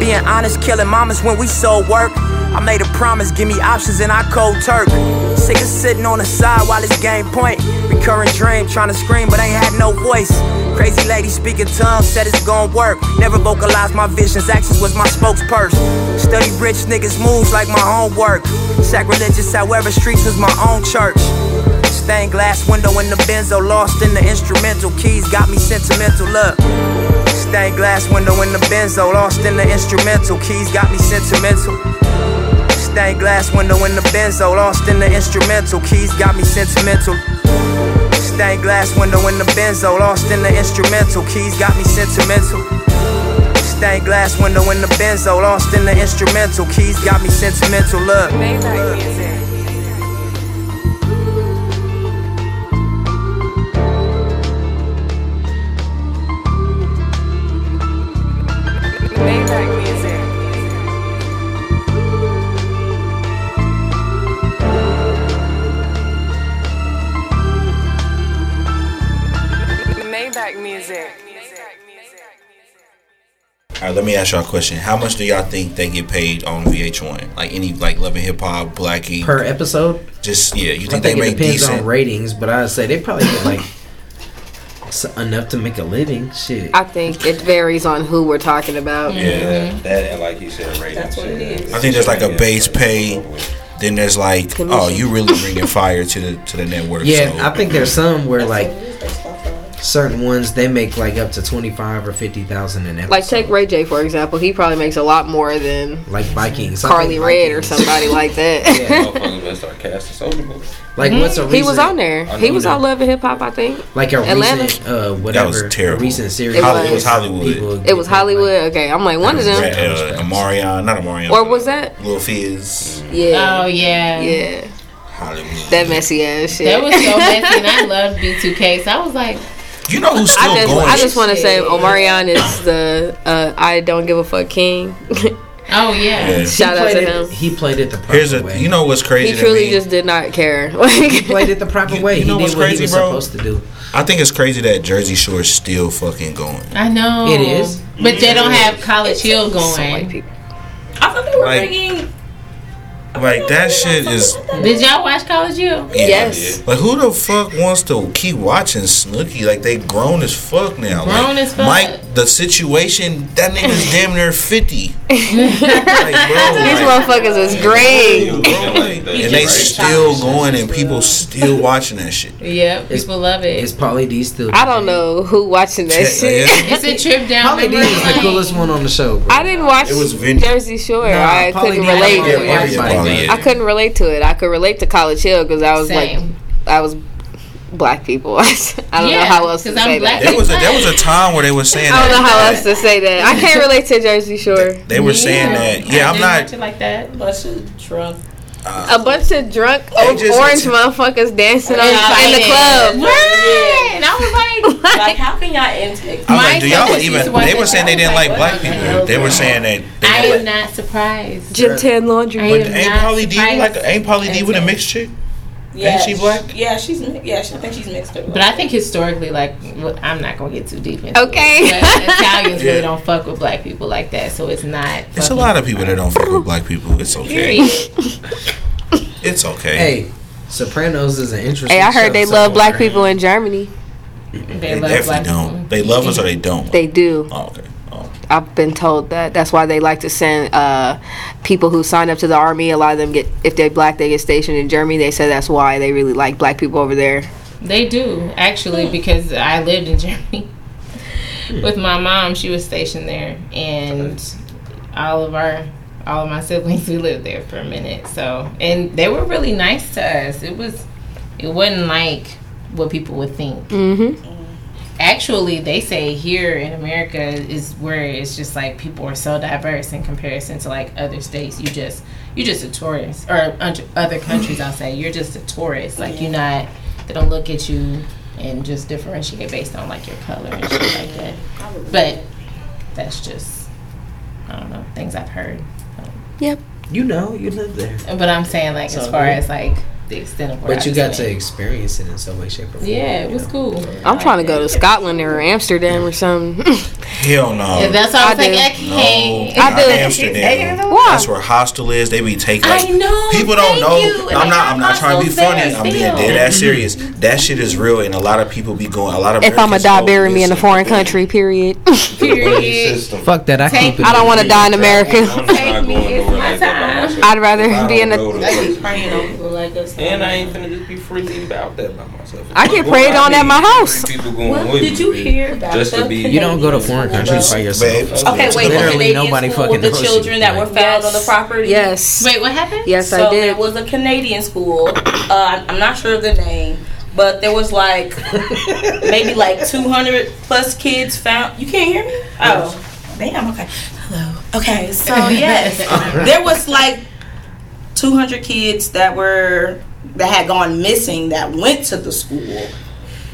Being honest, killing mamas when we sold work. I made a promise, give me options and I cold turk. Sick of sitting on the side while it's game point. Recurring dream, trying to scream but ain't had no voice. Crazy lady speaking tongue, said it's gon' work. Never vocalized my visions, actions was my spokesperson. Study rich niggas' moves like my homework. Sacrilegious, however, streets was my own church. Stained glass window in the benzo, lost in the instrumental. Keys got me sentimental, look. Stained glass window in the benzo, lost in the instrumental. Keys got me sentimental. Stained glass window in the benzo, lost in the instrumental. Keys got me sentimental. Stained glass window in the benzo, lost in the instrumental. Keys got me sentimental. Stained glass window in the benzo, lost in the instrumental. Keys got me sentimental. Look. Maybach music. All right, let me ask y'all a question. How much do y'all think they get paid on VH1? Like any like Love and Hip Hop, Blackie per episode. Just yeah, I you think, think they it make depends decent? on ratings, but I'd say they probably get like s- enough to make a living. Shit. I think it varies on who we're talking about. Yeah, that and like you said, ratings. That's what it is. I think there's like a base pay. Then there's like, oh, Commission. you really bringing fire to the to the network. Yeah, so- I think there's some where like certain ones they make like up to twenty five or fifty thousand an episode. Like take Ray J for example. He probably makes a lot more than Like Vikings, I Carly think Red or somebody like that. Motherfuckers better start casting soldier movies. Like what's a he was recent- on there. I He know was that. on Love and Hip Hop, I think. Like a Atlanta. recent uh whatever was terrible. recent series. It Holly- was. it was Hollywood. It was Hollywood. Okay, I'm like one of them. Uh, Amarion, not Amarion. Or was that? Lil Fizz. Yeah. Oh, yeah. Yeah. Hollywood. That messy ass shit. That was so messy, and I loved B2K. So I was like, You know who's I just, I just want to say Omarion is the uh, I don't give a fuck king. oh yeah. Yeah. Shout out to him. He played it the proper Here's a. You know what's crazy? He to truly me? just did not care. he Like played it the proper way. know he what's did what he crazy, was bro? supposed to do. I think it's crazy that Jersey Shore's still fucking going. I know It is. but they don't have College Hill going. people. I thought they were Like- bringing. Like that shit is Did y'all watch College U? Yeah, Like who the fuck wants to keep watching Snooki? Like they grown as fuck now. Grown like, as fuck. Mike, the situation that nigga's damn near fifty. These motherfuckers is great. and they still going and people still watching that shit. Yeah, people love it. It's Pauly D still. I don't know who watching that shit. It's a trip down Pauly D memory is the lane. coolest one on the show. Bro. I didn't watch It was Vinny. Jersey Shore. Nah, Pauly I couldn't D relate was to Yeah, it. everybody Pauly did. I couldn't relate to it. I could relate to College Hill because I was Same. like, I was black people. I don't Yeah, know how else to 'cause I'm say black. that. There was a there was a time where they were saying I don't know how that. else to say that. I can't relate to Jersey Shore. They were saying that. Yeah, I'm not. like that. Bunch of drunk. A bunch of drunk old just- orange motherfuckers dancing on, Yeah, in the yeah. club. Right. And I was like, Like, how can y'all intake? I was like, do y'all even? They were saying they didn't like black people. They were saying that. They I didn't am like- not surprised. Gym tan laundry. But ain't Polly D like? Ain't Polly D with a mixed chick? Ain't she black? Yeah, she's mi- yeah. She, I think she's mixed. up. But I think historically, like, well, I'm not gonna get too deep into Okay. it. But Italians really Yeah. don't fuck with black people like that, so it's not. It's a lot of people that don't fuck with black people. It's okay. It's okay. Hey, Sopranos is an interesting. Hey, I show heard they somewhere. love black people in Germany. They, definitely don't. They love us or they don't. They do. Oh, okay. I've been told that. That's why they like to send uh, people who sign up to the army. A lot of them get, if they're black, they get stationed in Germany. They say that's why they really like black people over there. They do Hmm. actually because I lived in Germany with my mom. She was stationed there, and all of our all of my siblings we lived there for a minute. So and they were really nice to us. It was it wasn't like what people would think. Mm-hmm. Actually, they say here in America is where it's just like people are so diverse in comparison to like other states. You just you're just a tourist, or un- other countries. I'll say you're just a tourist. Like you're not. They don't look at you and just differentiate based on like your color and shit like that. But that's just I don't know things I've heard. Yep. You know, you live there. But I'm saying like So as far good. as like the extent of where But I you got just to went. experience it in some way, shape, or form. Yeah, it you was know? cool. I'm trying to go to Scotland or Amsterdam or something. Hell no. Yeah, that's I all I'm do. saying. I can't. No, not Amsterdam. Why? That's where hostel is. They be taking. Like, I know, People don't thank know. you. I'm And not. I I'm not trying to hostels be funny. there I'm being still. dead ass serious. That shit is real, and a lot of people be going. A lot of. If I'ma Americans die, go bury me in a missing. foreign country. Period. Fuck that. I keep it. I don't want to die in America. Take me, it's my time. I'd rather be in a. They be praying on people like us. And I ain't finna just be freaky about that by myself. I get Well, prayed I on at need my house. three People going Well, with did me, you bitch, hear about just to the be You don't go to foreign countries by yourself. Okay, wait. the Literally Canadian nobody school fucking with knows the you. children that were found on the property. Yes. Wait, what happened? Yes, so I there did. was a Canadian school. Uh, I'm not sure of the name, but there was like maybe like 200 plus kids found. You can't hear me? Oh, damn. Okay. Hello. Okay. So yes, there was like 200 kids that were that had gone missing that went to the school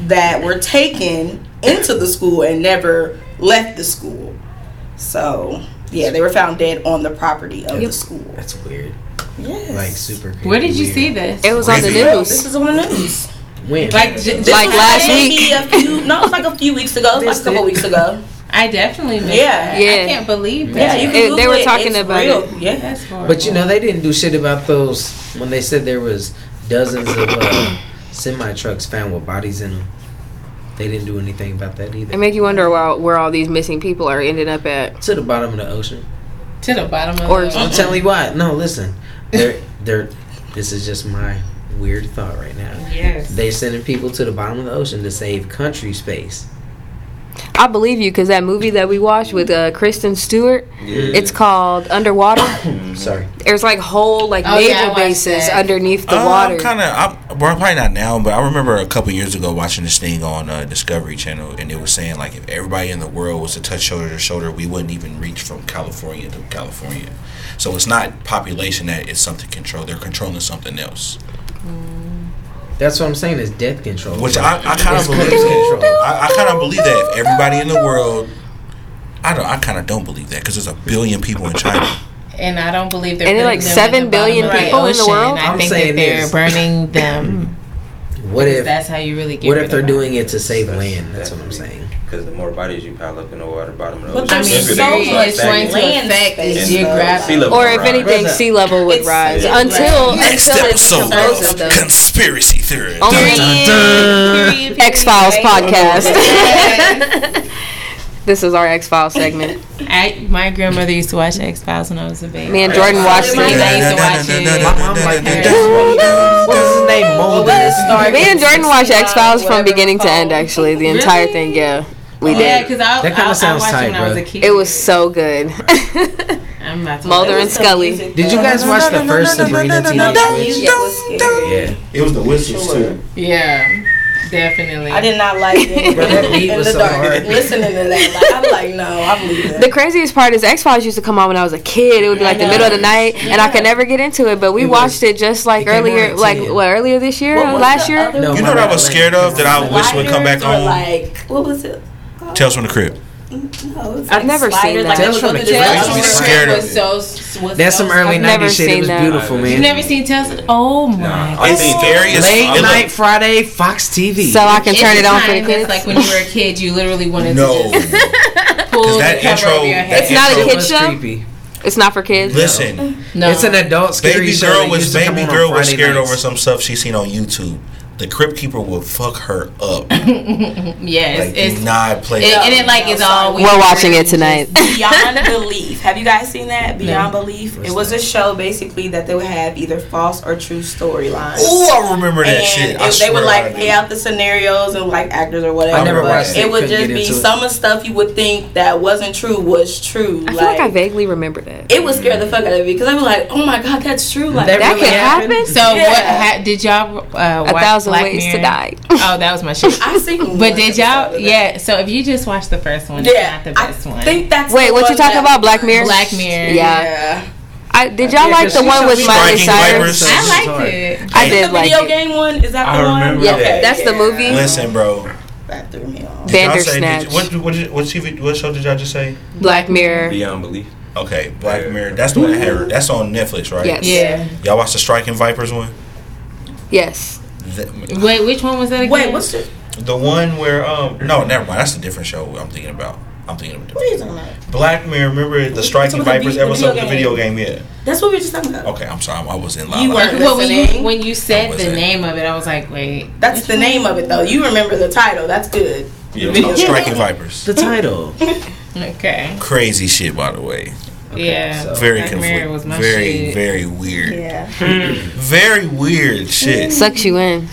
that were taken into the school and never left the school. So yeah, they were found dead on the property of the school. That's weird. Yes. Like super. Where did you see this? It was on the This news. is on the news. When? Like j- this Like was last maybe week. A few, no, it's like a few weeks ago. It was like a couple weeks ago. I definitely missed Yeah. that. I Yeah. can't believe Yeah, that. you can It- Google they were it. talking It's about real. it. Yeah, That's horrible. But you know they didn't do shit about those when they said there was dozens of uh, semi trucks found with bodies in them. They didn't do anything about that either. It make you wonder why, where all these missing people are ending up at. to the bottom of the ocean. to the bottom of Or- the I'm telling you why. No, listen. They're they're. This is just my weird thought right now. Yes. They're sending people to the bottom of the ocean to save country space. I believe you because that movie that we watched with uh, Kristen Stewart, it's called Underwater. Sorry. There's like whole like Oh, yeah, I naval watched bases that. underneath the Uh, water. I'm kind of, I'm, well, probably not now, but I remember a couple years ago watching this thing on uh, Discovery Channel, and it was saying like if everybody in the world was to touch shoulder to shoulder, we wouldn't even reach from California to California. So it's not population that is something controlled; they're controlling something else, That's what I'm saying is death control. which I, I kind of It's believe. cruise That. I, I kind of believe that if everybody in the world, I don't, I kind of don't believe that because there's a billion people in China. And I don't believe they're And they're putting like them 7 at the bottom billion of people in the ocean. world? I I'm think saying that they're this. burning them. What because if that's how you really get what rid if they're of doing it to save land? That's what I'm saying. Because the more bodies you pile up in the water bottom of the But ocean, there's it's so gonna start much stagnating. land effect space. is And, uh, sea level or will if rise. anything, sea level would rise until Next until it episode becomes of frozen. Though. conspiracy theory. X Files podcast. this is our X Files segment. I, my grandmother used to watch X Files when I was a baby. Me and Jordan watched My it. dad used to watch it. Me and Jordan watched X Files from beginning to end. Actually, the entire thing. Yeah, we did. Yeah, because That I, kinda I, I sounds watched it when tight, I was bro. a kid. It was so good. I'm not Mulder and Scully. Did you guys watch the first Sabrina teenage witch? Yeah, it was the witches too. Yeah, definitely. I did not like it. Bro, that beat in was the so dark. hard. Listening to that, like, I'm like, no, I'm leaving. The craziest part is X Files used to come on when I was a kid. It would be like the middle of the night, and I could never get into it. But we watched it just like came on earlier, at like 10. what earlier this year, last year. you know what I was scared of that I wish would come back Or on? like, what was it? Oh, Tales from the Crypt. No, it's I've never seen that. Tales from the Crypt. I used to be scared of it. That's some early I've never '90s shit. It seen was that. beautiful, You man. never seen Tales? Oh my god. It's scary as Late fuck. night Friday, Fox TV. So I can It's turn it on for the time, kids. It's like when you were a kid, you literally wanted No. to just pull the that cover intro- over your that head. It's not a intro kid was show. Creepy. It's not for kids. Listen, No. It's an adult scary baby show. girl that was used to come baby on on girl was Friday scared nights. over some stuff she seen on YouTube. The Crypt Keeper would fuck her up. yes, Like, it's do not play. it, and it like is always We're watching it tonight. Beyond Belief. Have you guys seen that? Beyond Belief. It was a show basically that they would have either false or true storylines. Oh, I remember that and shit. I it- they swear would I like do. pay out the scenarios and like actors or whatever. I never but watched it. it. would Couldn't just get be into it. some of the stuff you would think that wasn't true was true. I feel like I vaguely remember that. it would scare the fuck out of me because I'd be like, oh my god, that's true. Like That could happen? So what ha- did y'all uh, A watch Thousand Black Ways Mirror? to Die. Oh, that was my shit. I seen But did y'all? Yeah. So if you just watched the first one, it's Yeah, not the best one. think that's Wait, the what one you talking that- about? Black Mirror. Black Mirror. Yeah. I did y'all Yeah, like 'cause the she one showed with me Miley Striking Cyrus? Vipers. I Sorry. liked it. I The did like video it. game one is that the I remember one? Yeah, that. that's the movie. Listen, bro. That threw me off. Did y'all say- Bandersnatch. did you- What, what, what, TV, what show did y'all just say? Black Mirror. Beyond belief. Okay, Black Mirror. That's the one that had. That's on Netflix, right? Yes. Yeah. Y'all watch the Striking Vipers one? Yes. The, Wait, which one was that again? Wait, what's the? the one where um no, never mind. That's a different show. I'm thinking about. I'm thinking of a What different. are you talking about? Black Mirror. Remember the Striking with the Vipers vi- the episode with the video video game? Yeah. That's what we were just talking about. Okay, I'm sorry. I was in line. You Like, weren't Well, when you listening. when you I said the wasn't. name of it, I was like, wait. That's the name of it though. You remember the title. That's good. yeah, it was called Yeah. Striking Vipers. The title. Okay. Crazy shit, by the way. yeah. Very Black Mirror was conflicting. my Very, shit. very weird. Yeah. Very weird shit. Sucks you in.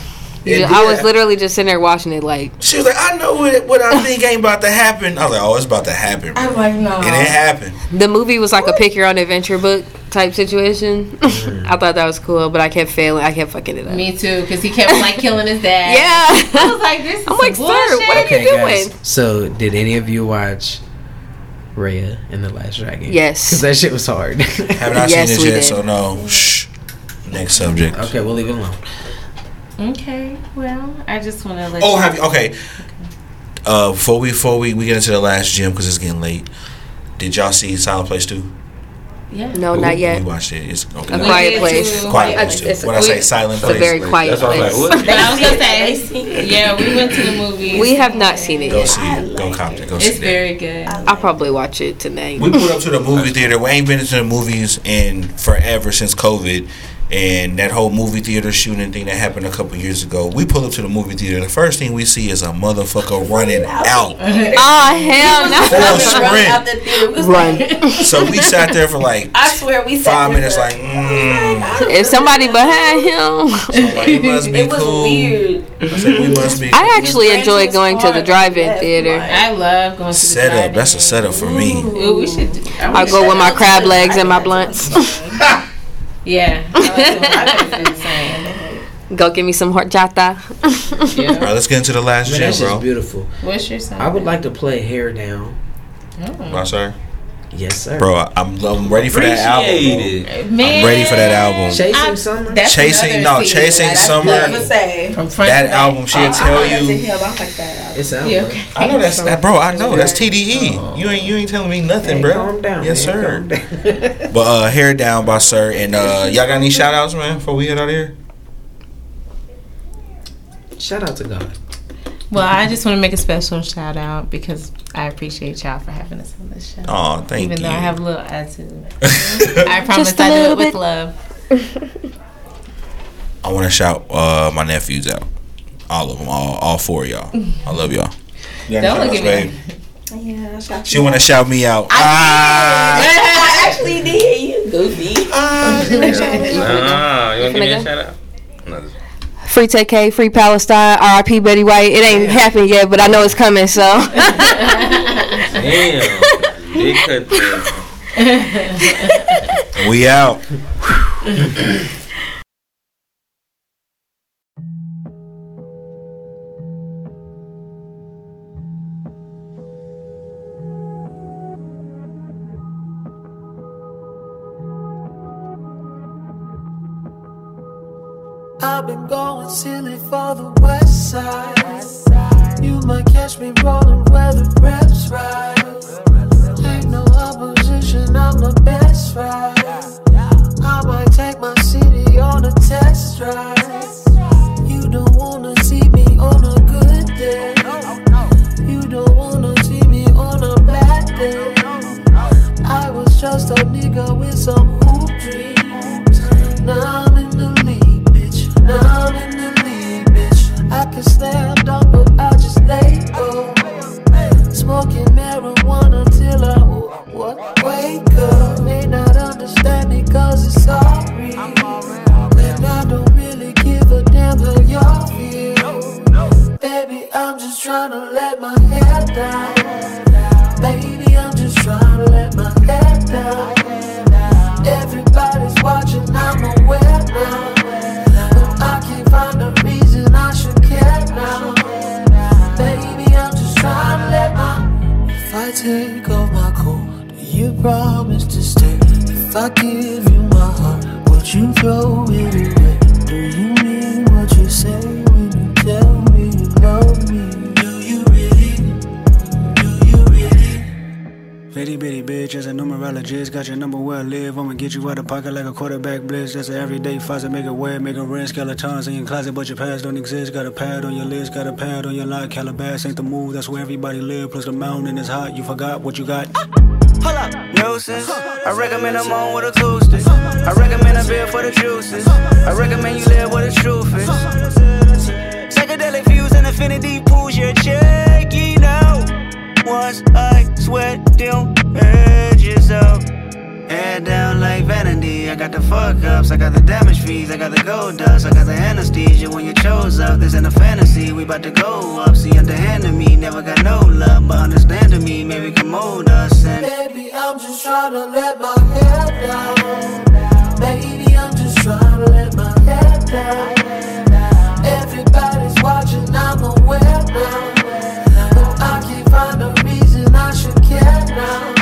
You It ju- I was did. literally just sitting there watching it like She was like, I know what, what I think ain't about to happen. I was like, oh, it's about to happen. bro. I'm like, no. And it happened. the movie was like a pick your own adventure book type situation. I thought that was cool, but I kept failing. I kept fucking it up. Me too, because he kept like killing his dad. I Yeah. was like, this is I'm like, some sir, bullshit. what are you doing? So, did any of you watch Raya and the Last Dragon? Yes. Because that shit was hard. Have not Yes, seen it we yet, did. so no. Shh. Next subject. okay, we'll leave it alone. Okay, well, I just want to let. Oh, you- have you? Okay. Uh, before we before we, we get into the last gym because it's getting late. Did y'all see Silent Place too? Yeah. No, not yet. We watched it. It's okay. A We Quiet did Place. too. Quiet I- Place it's- too. When I we- say Silent it's a Place, very quiet That's why I was place. like, what? But I was gonna They say, see it. yeah, we went to the movies. We have not seen it go yet. see it. Go Compton. Go It's see it. very good. I'll probably watch it tonight. We pulled up to the movie theater. We ain't been into the movies in forever since COVID. And that whole movie theater shooting thing that happened a couple years ago, we pull up to the movie theater. The first thing we see is a motherfucker running out. Oh hell no! Full Run out sprint. the theater. We was Run. like- So we sat there for like I swear we sat five there minutes, for- like, mm. If somebody behind him, I'm like, we must be it was cool. weird. I said, we must be I actually enjoy Francis going to the Ford, drive-in yes, theater. like- I love going to set the up. That's a setup for me. Ooh, we should. do- I I wanna- go with my crab legs and my blunts. Yeah. I like doing- I do the same. Go get me some hot jata. All right, let's get into the last Man, gym, that shit's bro. beautiful. What's your song? I would like to play Hair Down. My sir, Yes, sir. bro, I- I'm I'm ready for that album. Appreciate it. bro. I'm ready for that album. Chasing I- Summer. That's Chasing- another no, scene. Chasing Like, that's Summer. another- I would say. From front That to back. album, she'll tell you. Yeah, but I'm like that. It's out. Yeah, bro. okay. I know that's that, bro. I know that's TDE. You ain't you ain't telling me nothing, Hey, bro. calm down. yes, man, sir. calm down. But uh, hair down by sir, and uh, y'all got any shout outs, man? Before we get out of here, Shout out to God. Well, I just want to make a special shout out because I appreciate y'all for having us on this show. Aw, thank Even though you. I have a little attitude, I promise I do it with love. I want to shout uh, my nephews out, all of them, all, all four of y'all. I love y'all. Don't look at me. Yeah, I shot She want to shout me out. ah, I actually did. You goofy. Nah, Uh-huh. you wanna give me a Nigga. shout out? No. Free TK, free Palestine, RIP Betty White. It ain't happened yet, but I know it's coming. So Damn. Big cut there. we out. I've been going silly for the west side. You might catch me rolling where the reps ride. Ain't no opposition, I'm the best ride. I might take my city on a test drive. You don't wanna see me on a good day. You don't wanna see me on a bad day. I was just a nigga with some hoop dreams. Now I'm in the league, bitch. Now I'm in the league, bitch. I can stand up, but I just lay low. Smoking marijuana till I w- w- wake up. May not understand me cause it's sorry. And I don't really give a damn how y'all feel. Baby, I'm just trying to let my hair down. Baby, I'm just trying to let my head down. Everybody's watching, I'm aware now. But I can't find a reason I should care now. Baby, I'm just trying to let my. If I take off my coat, do you promise to stay? If I give you my heart, would you throw it away? Do you mean what you say when you tell me you love me? Do you really? Bitty bitty bitch, as a numerologist, got your number where I live. I'ma get you out of pocket like a quarterback blitz. That's an everyday faucet, make it wet, make it rent. Skeletons in your closet, but your past don't exist. Got a pad on your list, got a pad on your lot. Calabas ain't the move, that's where everybody live. Plus the mountain is hot, you forgot what you got. Hold up, nuisance. I recommend a moan with a glue stick. I recommend a beer for the juices. I recommend you live where the truth is. Psychedelic views and affinity pools your check, you know. Once I sweat them edges out. Head down like vanity. I got the fuck ups, I got the damage fees, I got the gold dust, I got the anesthesia when you chose up. This ain't a fantasy, we about to go up. See, underhanded me, never got no love, but understand to me, maybe can mold us and. Baby, I'm just trying to let my head down. Baby, I'm just trying to let my head down. Everybody's watching, I'm aware now. But I can't find a reason I should care now.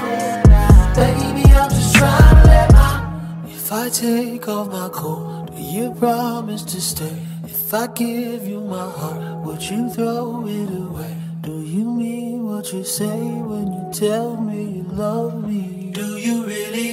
Baby, I'm just trying to let my. If I take off my coat, do you promise to stay? If I give you my heart, would you throw it away? Do you mean what you say when you tell me you love me? Do you really?